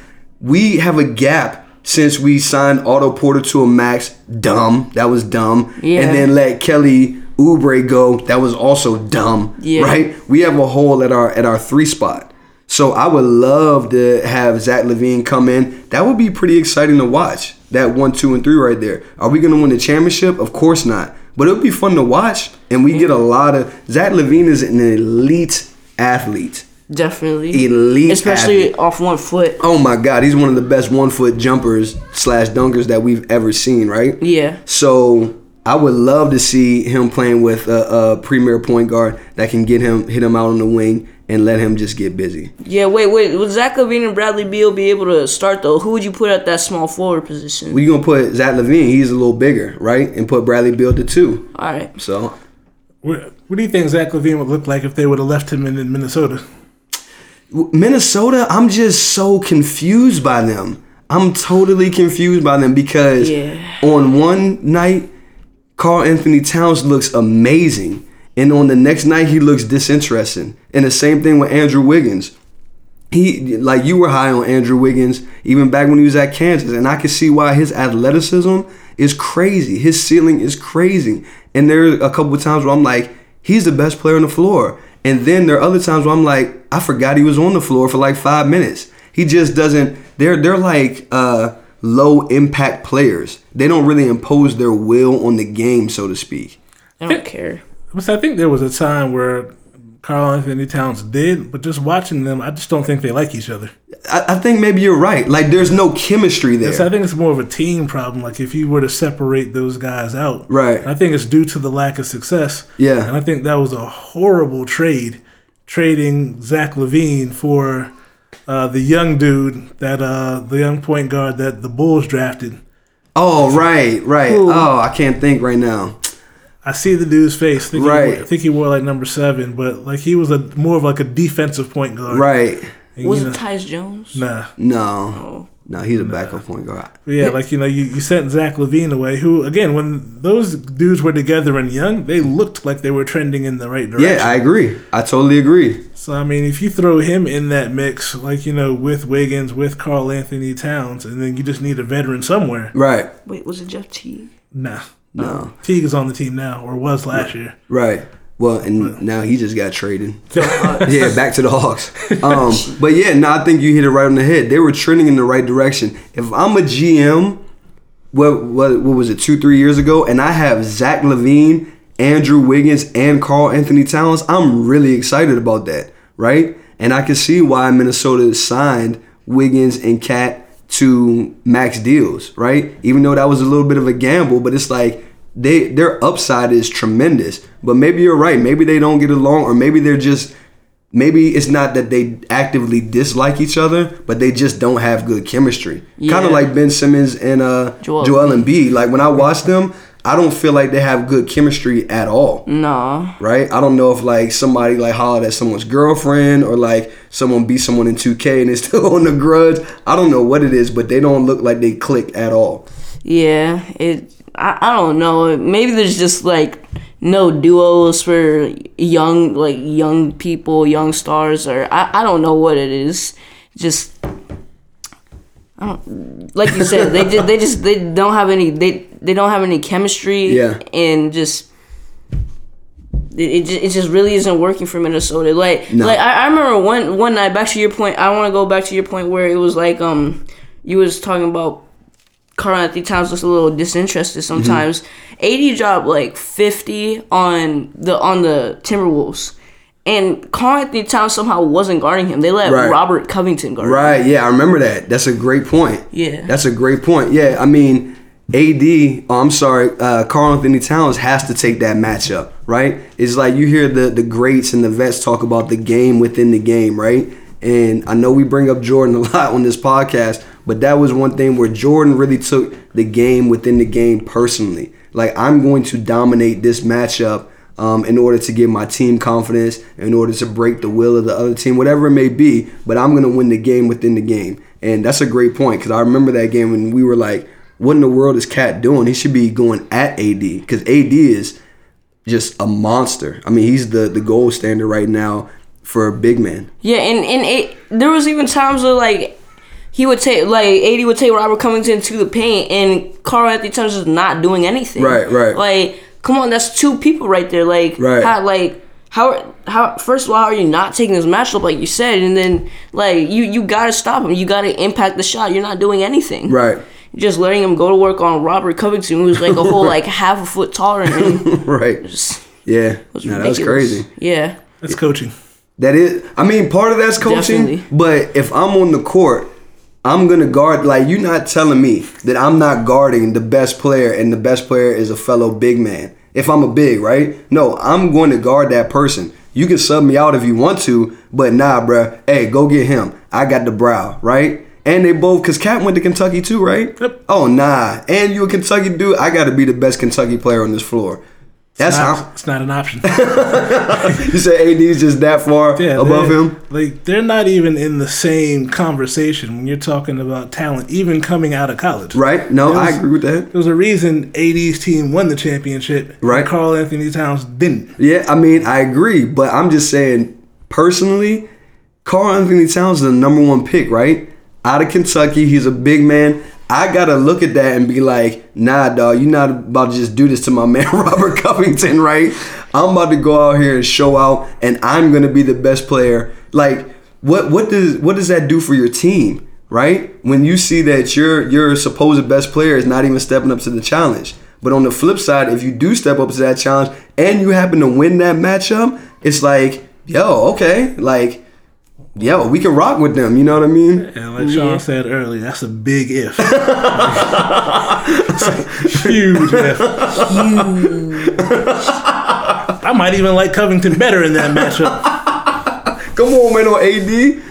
Speaker 2: we have a gap since we signed Otto Porter to a max. Dumb. That was dumb.
Speaker 1: Yeah.
Speaker 2: And then let Kelly Oubre go. That was also dumb.
Speaker 1: Yeah.
Speaker 2: Right? We have a hole at our at our three spot. So I would love to have Zach Levine come in. That would be pretty exciting to watch. That one, two, and three right there. Are we gonna win the championship? Of course not. But it would be fun to watch. And we get a lot of Zach Levine is an elite athlete.
Speaker 1: Definitely.
Speaker 2: Elite
Speaker 1: Especially
Speaker 2: athlete.
Speaker 1: off one foot.
Speaker 2: Oh my God, he's one of the best one foot jumpers slash dunkers that we've ever seen, right?
Speaker 1: Yeah.
Speaker 2: So I would love to see him playing with a, a premier point guard that can get him hit him out on the wing and let him just get busy.
Speaker 1: Yeah, wait, wait. Would Zach Levine and Bradley Beal be able to start, though? Who would you put at that small forward position?
Speaker 2: We gonna put Zach Levine, he's a little bigger, right? And put Bradley Beal to two.
Speaker 1: All right.
Speaker 2: So
Speaker 3: What, what do you think Zach Levine would look like if they would have left him in in Minnesota?
Speaker 2: Minnesota, I'm just so confused by them. I'm totally confused by them because
Speaker 1: Yeah.
Speaker 2: on one night, Carl Anthony Towns looks amazing. And on the next night, he looks disinterested. And the same thing with Andrew Wiggins. He like you were high on Andrew Wiggins even back when he was at Kansas, and I can see why his athleticism is crazy. His ceiling is crazy. And there are a couple of times where I'm like, he's the best player on the floor. And then there are other times where I'm like, I forgot he was on the floor for like five minutes. He just doesn't. They're they're like uh, low impact players. They don't really impose their will on the game, so to speak.
Speaker 1: I don't care.
Speaker 3: Because I think there was a time where Carl Anthony Towns did, but just watching them, I just don't think they like each other.
Speaker 2: I, I think maybe you're right. Like there's no chemistry there.
Speaker 3: So I think it's more of a team problem. Like if you were to separate those guys out,
Speaker 2: Right.
Speaker 3: I think it's due to the lack of success.
Speaker 2: Yeah.
Speaker 3: and I think that was a horrible trade, trading Zach Levine for uh, the young dude that uh, the young point guard that the Bulls drafted.
Speaker 2: Oh right, right. Oh, I can't think right now.
Speaker 3: I see the dude's face. Think He
Speaker 2: Right.
Speaker 3: wore, I think he wore like number seven, but like he was a more of like a defensive point guard.
Speaker 2: Right.
Speaker 3: And,
Speaker 1: Was
Speaker 3: you
Speaker 1: it
Speaker 3: know,
Speaker 1: Tyus Jones?
Speaker 3: nah.
Speaker 2: No. No, he's a backup point guard.
Speaker 3: But yeah, like you know, you, you sent Zach Levine away, who again, when those dudes were together and young, they looked like they were trending in the right direction.
Speaker 2: Yeah, I agree. I totally agree.
Speaker 3: so I mean, if you throw him in that mix, like you know, with Wiggins, with Carl Anthony Towns, and then you just need a veteran somewhere.
Speaker 2: Right.
Speaker 1: Wait, was it Jeff T?
Speaker 3: Nah,
Speaker 2: No.
Speaker 3: Teague is on the team now, or was last year.
Speaker 2: Right. Well, and now he just got traded.
Speaker 3: So, uh,
Speaker 2: yeah, back to the Hawks. Um, but yeah, no, I think you hit it right on the head. They were trending in the right direction. If I'm a GM, what what what was it two three years ago, and I have Zach Levine, Andrew Wiggins, and Carl Anthony Towns, I'm really excited about that, right? And I can see why Minnesota signed Wiggins and Cat to max deals, right? Even though that was a little bit of a gamble, but it's like they their upside is tremendous. But maybe you're right. Maybe they don't get along, or maybe they're just maybe it's not that they actively dislike each other, but they just don't have good chemistry. Kind
Speaker 1: Yeah.
Speaker 2: of like Ben Simmons and uh, Joel,
Speaker 1: Joel
Speaker 2: Embiid. Like when I watch them, I don't feel like they have good chemistry at
Speaker 1: Mm.
Speaker 2: all,
Speaker 1: No.
Speaker 2: right? I don't know if like somebody like hollered at someone's girlfriend or like someone beat someone in 2K and is still on the grudge. I don't know what it is, but they don't look like they click at all.
Speaker 1: Yeah, it. I, I don't know. Maybe there's just like no duos for young like young people, young stars, or I, I don't know what it is. Just I don't like you said they just, they just they don't have any they they don't have any chemistry.
Speaker 2: Yeah.
Speaker 1: and just. It, it, just, it just really isn't working for Minnesota. Like
Speaker 2: No.
Speaker 1: like I, I remember one one night back to your point. I want to go back to your point where it was like um you was talking about Carl Anthony Towns looks a little disinterested sometimes. AD dropped like fifty on the on the Timberwolves, and Carl Anthony Towns somehow wasn't guarding him. They let
Speaker 2: Right.
Speaker 1: Robert Covington guard. him.
Speaker 2: Right, yeah, I remember that. That's a great point.
Speaker 1: Yeah.
Speaker 2: That's a great point. Yeah, I mean, AD, oh, I'm sorry, uh, Carl Anthony Towns has to take that matchup, right? It's like you hear the, the greats and the vets talk about the game within the game, right? And I know we bring up Jordan a lot on this podcast, but that was one thing where Jordan really took the game within the game personally. Like, I'm going to dominate this matchup um, in order to give my team confidence, in order to break the will of the other team, whatever it may be. But I'm going to win the game within the game. And that's a great point because I remember that game when we were like, what in the world is Cat doing? He should be going at AD because AD is just a monster. I mean, he's the, the gold standard right now for a big man.
Speaker 1: Yeah, and and it, there was even times where like he would take like eighty would take Robert Covington to the paint, and Carl Anthony Towns is not doing anything.
Speaker 2: Right, right.
Speaker 1: Like, come on, that's two people right there. Like,
Speaker 2: Right.
Speaker 1: How, like how how first of all, how are you not taking this matchup like you said, and then like you you gotta stop him. You gotta impact the shot. You're not doing anything.
Speaker 2: Right.
Speaker 1: Just letting him go to work on Robert Covington, who's like a whole like half a foot taller than him.
Speaker 2: right. Yeah. No, that was
Speaker 1: Ridiculous.
Speaker 2: crazy.
Speaker 1: Yeah.
Speaker 3: That's coaching.
Speaker 2: That is, I mean, part of that's coaching.
Speaker 1: Definitely.
Speaker 2: But if I'm on the court, I'm gonna guard. Like you're not telling me that I'm not guarding the best player, and the best player is a fellow big man. If I'm a big, right? No, I'm going to guard that person. You can sub me out if you want to, but nah, bruh. Hey, go get him. I got the brow, right? And they both, cause Cat went to Kentucky too, right?
Speaker 3: Yep.
Speaker 2: Oh nah, and you a Kentucky dude. I got to be the best Kentucky player on this floor. That's
Speaker 3: Not-
Speaker 2: how
Speaker 3: it's not an option.
Speaker 2: you say AD's just that far
Speaker 3: Yeah,
Speaker 2: above
Speaker 3: they're-
Speaker 2: him.
Speaker 3: Like they're not even in the same conversation when you're talking about talent, even coming out of college.
Speaker 2: Right? No,
Speaker 3: There
Speaker 2: I
Speaker 3: was-
Speaker 2: agree with that.
Speaker 3: There was a reason '80s team won the championship.
Speaker 2: Right.
Speaker 3: And Carl Anthony Towns didn't.
Speaker 2: Yeah, I mean, I agree, but I'm just saying personally, Carl Anthony Towns is the number one pick, right? Out of Kentucky, he's a big man. I gotta look at that and be like, nah, dog, you're not about to just do this to my man Robert Covington, right? I'm about to go out here and show out, and I'm gonna be the best player. Like, what what does what does that do for your team, right? When you see that your your supposed best player is not even stepping up to the challenge. But on the flip side, if you do step up to that challenge and you happen to win that matchup, it's like, yo, okay, like yo, we can rock with them. You know what I mean?
Speaker 3: And like Sean said earlier, that's a big if. It's a huge if. I might even like Covington better in that matchup.
Speaker 2: Come on, man, on AD.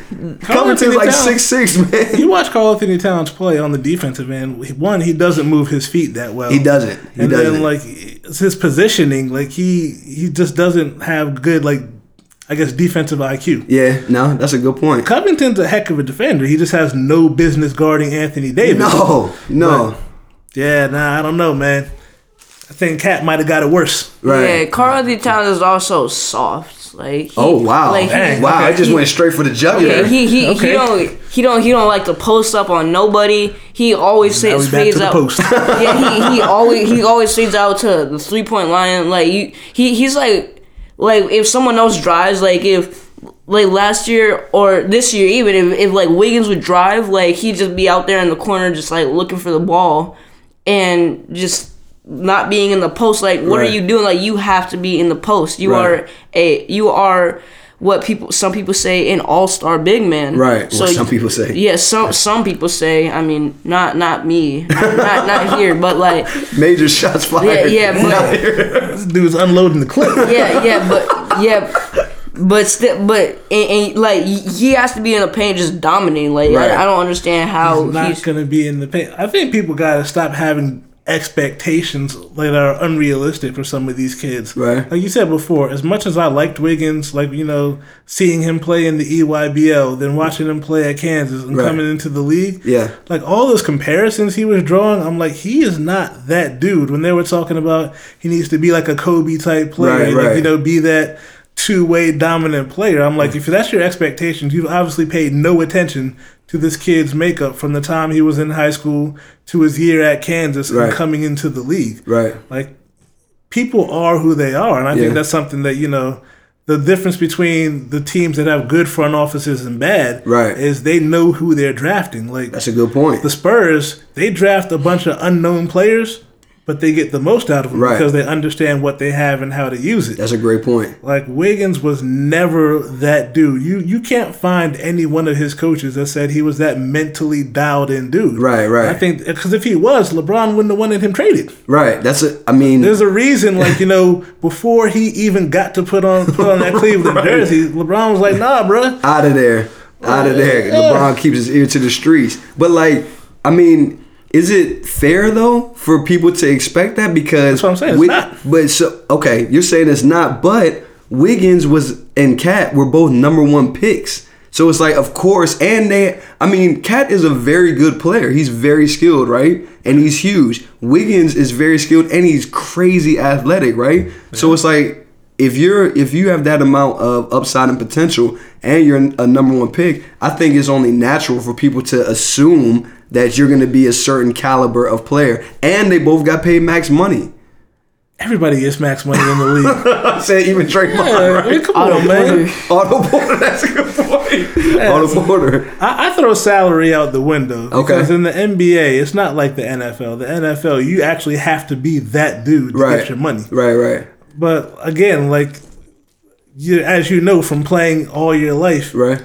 Speaker 2: Covington's
Speaker 3: Anthony
Speaker 2: like
Speaker 3: Towns.
Speaker 2: six six, man.
Speaker 3: You watch Carl Anthony Towns play on the defensive end. One, he doesn't move his feet that well.
Speaker 2: He doesn't. He
Speaker 3: and
Speaker 2: doesn't.
Speaker 3: then like it's his positioning, like he he just doesn't have good like I guess defensive IQ.
Speaker 2: yeah, no, that's a good point.
Speaker 3: Covington's a heck of a defender. He just has no business guarding Anthony Davis.
Speaker 2: No, no,
Speaker 3: Yeah, nah, I don't know, man. I think Cat might have got it worse.
Speaker 1: Yeah,
Speaker 2: right.
Speaker 1: Carl Anthony Towns is also soft. Like he-
Speaker 2: Oh wow,
Speaker 1: like,
Speaker 3: Dang.
Speaker 2: wow! I just
Speaker 1: he-
Speaker 2: went straight for the jugular.
Speaker 1: Okay, he he,
Speaker 3: Okay.
Speaker 1: he don't he don't he don't like to post up on nobody. He always
Speaker 3: Now
Speaker 1: fades,
Speaker 3: we back to
Speaker 1: fades
Speaker 3: the
Speaker 1: out.
Speaker 3: post.
Speaker 1: yeah, he, he always he always fades out to the three point line. Like you, he he's like like if someone else drives, like if like last year or this year even if, if like Wiggins would drive, like he'd just be out there in the corner just like looking for the ball and just not being in the post like what
Speaker 2: Right.
Speaker 1: are you doing like you have to be in the post you
Speaker 2: Right.
Speaker 1: are a you are what people some people say an all-star big man
Speaker 2: Right, what some people say.
Speaker 1: yeah some some people say i mean not not me not not, not here but like
Speaker 2: Major shots fired.
Speaker 1: yeah, but-
Speaker 2: Not here.
Speaker 3: This dude's unloading the clip.
Speaker 1: yeah yeah but yeah but still but and, and like he has to be in the paint just dominating like
Speaker 2: Right.
Speaker 1: I, I don't understand how
Speaker 3: Not
Speaker 1: he's
Speaker 3: gonna be in the paint. I think people gotta stop having expectations that are unrealistic for some of these kids.
Speaker 2: Right.
Speaker 3: Like you said before, as much as I liked Wiggins, like you know, seeing him play in the E EYBL, then watching him play at Kansas and
Speaker 2: Right.
Speaker 3: coming into the league.
Speaker 2: Yeah.
Speaker 3: Like all those comparisons he was drawing, I'm like, he is not that dude. When they were talking about he needs to be like a Kobe type player,
Speaker 2: Right,
Speaker 3: like,
Speaker 2: right.
Speaker 3: you know, be that two way dominant player. I'm like, if that's your expectations, you've obviously paid no attention to this kid's makeup from the time he was in high school to his year at Kansas
Speaker 2: Right.
Speaker 3: and coming into the league.
Speaker 2: Right.
Speaker 3: Like people are who they are, and I
Speaker 2: Yeah.
Speaker 3: think that's something that you know. The difference between the teams that have good front offices and bad
Speaker 2: Right.
Speaker 3: is they know who they're drafting. Like
Speaker 2: That's a good point.
Speaker 3: the Spurs, they draft a bunch of unknown players, but they get the most out of them
Speaker 2: Right.
Speaker 3: because they understand what they have and how to use it.
Speaker 2: That's a great point.
Speaker 3: Like Wiggins was never that dude. You you can't find any one of his coaches that said he was that mentally dialed in dude.
Speaker 2: Right, right.
Speaker 3: I think because if he was, LeBron wouldn't have wanted him traded.
Speaker 2: Right. That's a. I mean,
Speaker 3: There's a reason, like you know, before he even got to put on put on that Cleveland jersey, LeBron was like, "Nah, bro,
Speaker 2: out of there, out of there.
Speaker 3: yeah.
Speaker 2: LeBron keeps his ear to the streets. But like, I mean, is it fair though for people to expect that? Because
Speaker 3: That's what I'm saying, it's
Speaker 2: Wig-
Speaker 3: not.
Speaker 2: But so okay, you're saying it's not. But Wiggins was and Cat were both number one picks. So it's like, of course, and they. I mean, Cat is a very good player. He's very skilled, right? And he's huge. Wiggins is very skilled, and he's crazy athletic, right? So it's like, if you're if you have that amount of upside and potential and you're a number one pick, I think it's only natural for people to assume that you're going to be a certain caliber of player. And they both got paid max money.
Speaker 3: everybody gets max money in the league."
Speaker 2: I said even Draymond,
Speaker 3: Yeah, I
Speaker 2: right?
Speaker 3: mean, come
Speaker 1: Otto
Speaker 3: on, man.
Speaker 1: Porter.
Speaker 2: Otto Porter, that's a good point. Otto Porter,
Speaker 3: I, I throw salary out the window.
Speaker 2: Okay.
Speaker 3: Because in the NBA, it's not like the NFL. The NFL, you actually have to be that dude to
Speaker 2: right?
Speaker 3: get your money.
Speaker 2: right, right,
Speaker 3: But again, like you, as you know from playing all your life,
Speaker 2: right,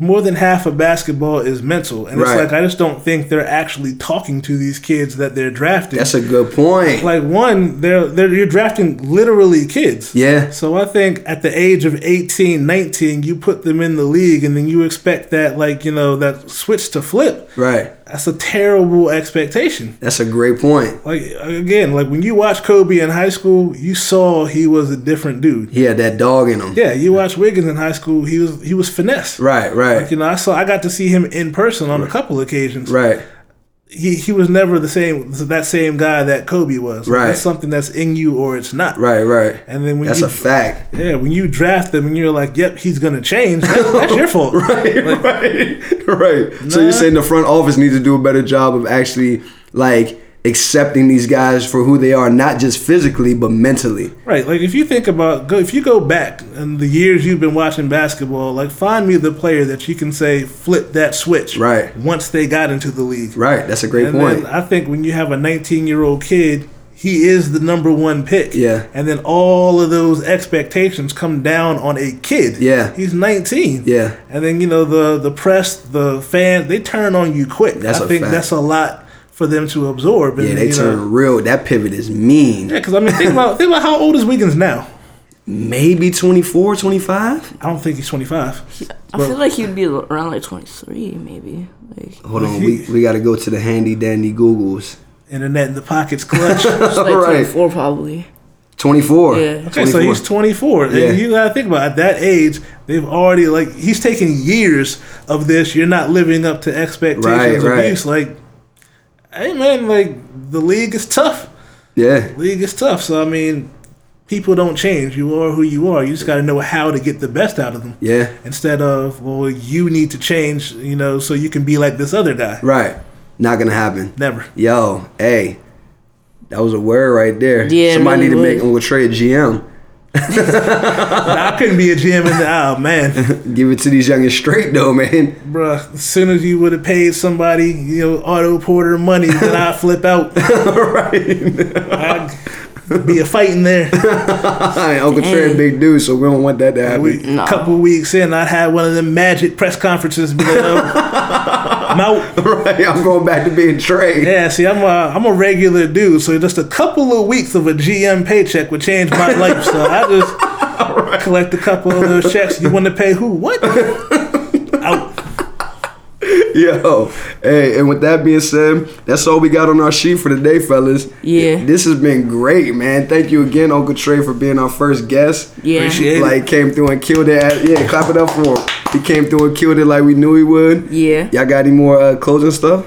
Speaker 3: more than half of basketball is mental, and
Speaker 2: Right.
Speaker 3: it's like I just don't think they're actually talking to these kids that they're drafting.
Speaker 2: That's a good point.
Speaker 3: like one, they're they're you're drafting literally kids.
Speaker 2: Yeah.
Speaker 3: So I think at the age of 18, 19, you put them in the league and then you expect that like, you know, that switch to flip.
Speaker 2: right,
Speaker 3: That's a terrible expectation.
Speaker 2: that's a great point.
Speaker 3: Like again, like when you watch Kobe in high school, you saw he was a different dude.
Speaker 2: He had that dog in him.
Speaker 3: Yeah, you watch Wiggins in high school, he was he was finesse.
Speaker 2: Right, right,
Speaker 3: Like, you know, I saw I got to see him in person on a couple occasions.
Speaker 2: right.
Speaker 3: He he was never the same that same guy that Kobe was. Like,
Speaker 2: Right.
Speaker 3: That's something that's in you or it's not.
Speaker 2: Right, right.
Speaker 3: And then when
Speaker 2: That's
Speaker 3: you
Speaker 2: a fact.
Speaker 3: Yeah, when you draft them and you're like, "Yep, he's gonna change," that- that's your fault.
Speaker 2: right, right, right. So you're saying the front office needs to do a better job of actually like accepting these guys for who they are, not just physically but mentally.
Speaker 3: Right, like if you think about go, if you go back in the years you've been watching basketball, like find me the player that you can say flip that switch.
Speaker 2: Right.
Speaker 3: Once they got into the league.
Speaker 2: Right. That's a great
Speaker 3: And
Speaker 2: point.
Speaker 3: then I think when you have a 19 year old kid, he is the number one pick.
Speaker 2: Yeah.
Speaker 3: And then all of those expectations come down on a kid.
Speaker 2: Yeah.
Speaker 3: He's 19.
Speaker 2: Yeah.
Speaker 3: And then you know the the press, the fans, they turn on you quick.
Speaker 2: That's
Speaker 3: I
Speaker 2: a
Speaker 3: think
Speaker 2: fact.
Speaker 3: that's a lot for them to absorb. And
Speaker 2: yeah,
Speaker 3: then,
Speaker 2: they
Speaker 3: you
Speaker 2: turn
Speaker 3: Know,
Speaker 2: real. That pivot is mean.
Speaker 3: yeah, because I mean, think about think about how old is Wiggins now.
Speaker 2: Maybe 24, 25?
Speaker 3: I don't think he's 25.
Speaker 1: I feel like he'd be around like 23, maybe. Like,
Speaker 2: Hold on, we, we got to go to the handy dandy Googles.
Speaker 3: Internet in the pockets clutch.
Speaker 1: just like
Speaker 2: Right.
Speaker 1: 24 probably.
Speaker 2: 24.
Speaker 1: Yeah.
Speaker 3: Okay, so he's 24.
Speaker 2: Yeah.
Speaker 3: And you gotta think about it. at that age, they've already like he's taking years of this. You're not living up to
Speaker 2: Right,
Speaker 3: expectations of
Speaker 2: right.
Speaker 3: abuse. Like, hey man, like the league is tough.
Speaker 2: yeah,
Speaker 3: League is tough. So I mean, people don't change. You are who you are. You just gotta know how to get the best out of them.
Speaker 2: yeah.
Speaker 3: Instead of well, you need to change. You know, so you can be like this other guy.
Speaker 2: Right. Not going to happen.
Speaker 3: Never.
Speaker 2: Yo, hey, that was a word right there.
Speaker 1: Yeah, it
Speaker 2: Somebody
Speaker 1: really
Speaker 2: need to make
Speaker 1: was.
Speaker 2: Uncle Trey a GM.
Speaker 3: I couldn't be a GM in the aisle, man.
Speaker 2: Give it to these youngins straight though, man.
Speaker 3: Bruh, as soon as you would have paid somebody, you know, auto porter money, then I flip out. I'd be a fighting there.
Speaker 2: Hi, Uncle Trey, a
Speaker 1: Dang.
Speaker 2: big dude, so we don't want that to happen.
Speaker 3: We,
Speaker 1: Nah.
Speaker 3: couple weeks in, I'd have one of them magic press conferences. and Be like, oh, I'm out.
Speaker 2: right, I'm going back to being Trey.
Speaker 3: Yeah, see, I'm a, I'm a regular dude, so just a couple of weeks of a GM paycheck would change my life. So I just collect a couple of those checks. You want to pay who? What? out.
Speaker 2: Yo, hey, and with that being said, that's all we got on our sheet for today, fellas.
Speaker 1: Yeah.
Speaker 2: This has been great, man. Thank you again, Uncle Trey, for being our first guest.
Speaker 1: Yeah.
Speaker 3: Appreciate it.
Speaker 2: Like, came through and killed it. At, yeah, clap it up for him. He came through and killed it like we knew he would.
Speaker 1: Yeah.
Speaker 2: Y'all got any more uh, closing stuff?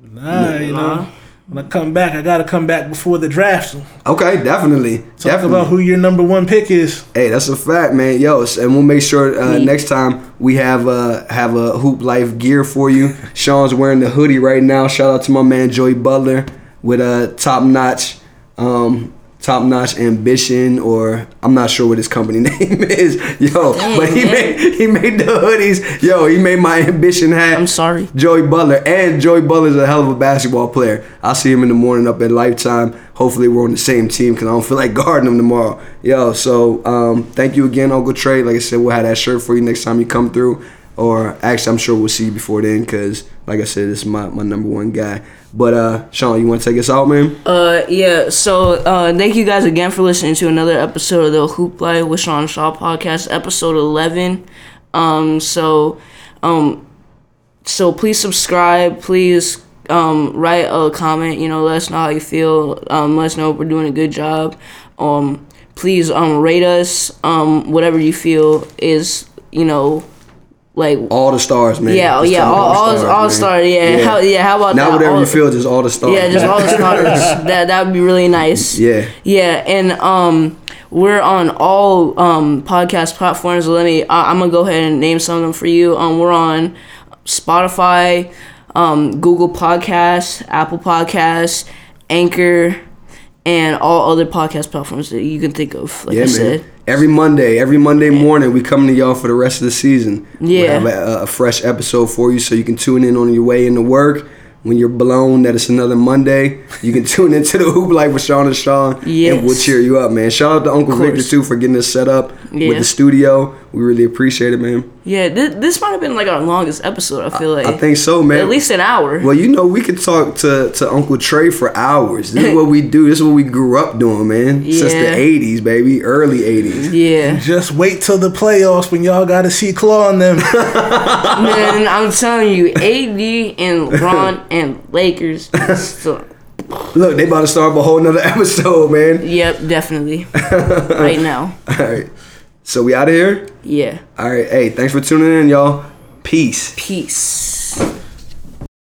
Speaker 3: Nah, you know. When I come back, I gotta come back before the draft. Talk
Speaker 2: Okay, definitely. definitely.
Speaker 3: about who your number one pick is.
Speaker 2: Hey, that's a fact, man. Yo, s- and we'll make sure uh, next time we have uh, have a hoop life gear for you. Sean's wearing the hoodie right now. Shout out to my man Joey Butler with a top notch, um, top notch ambition, or I'm not sure what his company name is. Yo, but he
Speaker 1: man.
Speaker 2: made he made the hoodies. Yo, he made my ambition hat.
Speaker 1: I'm sorry.
Speaker 2: Joey Butler. And Joey Butler's a hell of a basketball player. I'll see him in the morning up at Lifetime. Hopefully, we're on the same team because I don't feel like guarding him tomorrow. Yo, so um, thank you again, Uncle Trey. Like I said, we'll have that shirt for you next time you come through. Or actually, I'm sure we'll see you before then because, like I said, this is my, my number one guy. But, uh, Sean, you want to take us out, man?
Speaker 1: Uh, yeah. So, uh, thank you guys again for listening to another episode of the Hoop Life with Sean Shaw podcast, episode eleven. Um, so, um, so please subscribe. Please, um, write a comment. You know, let us know how you feel. Um, let us know if we're doing a good job. Um, please, um, rate us. Um, whatever you feel is, you know, like.
Speaker 2: all the stars, man.
Speaker 1: Yeah, oh,
Speaker 2: Just
Speaker 1: yeah,
Speaker 2: tell me
Speaker 1: all- all- all
Speaker 2: man.
Speaker 1: stars, yeah. How- yeah, how about
Speaker 2: Not
Speaker 1: that?
Speaker 2: whatever
Speaker 1: All-
Speaker 2: you feel, just all the stars.
Speaker 1: Yeah, just all the stars. that that would be really nice.
Speaker 2: Yeah.
Speaker 1: Yeah, and um, we're on all um podcast platforms. Let me. I, I'm gonna go ahead and name some of them for you. Um, we're on Spotify, um, Google Podcasts, Apple Podcasts, Anchor, and all other podcast platforms that you can think of. Like I
Speaker 2: Yeah,
Speaker 1: said.
Speaker 2: man. Every Monday, every Monday morning, we come to y'all for the rest of the season. we
Speaker 1: Yeah.
Speaker 2: have a, a fresh episode for you, so you can tune in on your way into work. When you're blown that it's another Monday, you can tune into the Hoop Life with Sean and Sean,
Speaker 1: Yes.
Speaker 2: and we'll cheer you up, man. Shout out to Uncle
Speaker 1: course.
Speaker 2: Victor too for getting us set up
Speaker 1: Yeah.
Speaker 2: with the studio. We really appreciate it, man.
Speaker 1: Yeah. This, this might have been like our longest episode. I feel like.
Speaker 2: I think so, man.
Speaker 1: at least an hour.
Speaker 2: Well, you know, we could talk to, to Uncle Trey for hours. This is what we do. This is what we grew up doing, man. Since
Speaker 1: Yeah.
Speaker 2: the 80s, baby. Early 80s.
Speaker 1: yeah.
Speaker 3: Just wait till the playoffs when y'all gotta see Claw on them.
Speaker 1: Man, I'm telling you, AD and LeBron and Lakers. So,
Speaker 2: Look, they about to start up a whole nother episode, man.
Speaker 1: yep, definitely. Right now.
Speaker 2: All right. So we out of here?
Speaker 1: Yeah.
Speaker 2: All right. Hey, thanks for tuning in, y'all. Peace.
Speaker 1: Peace.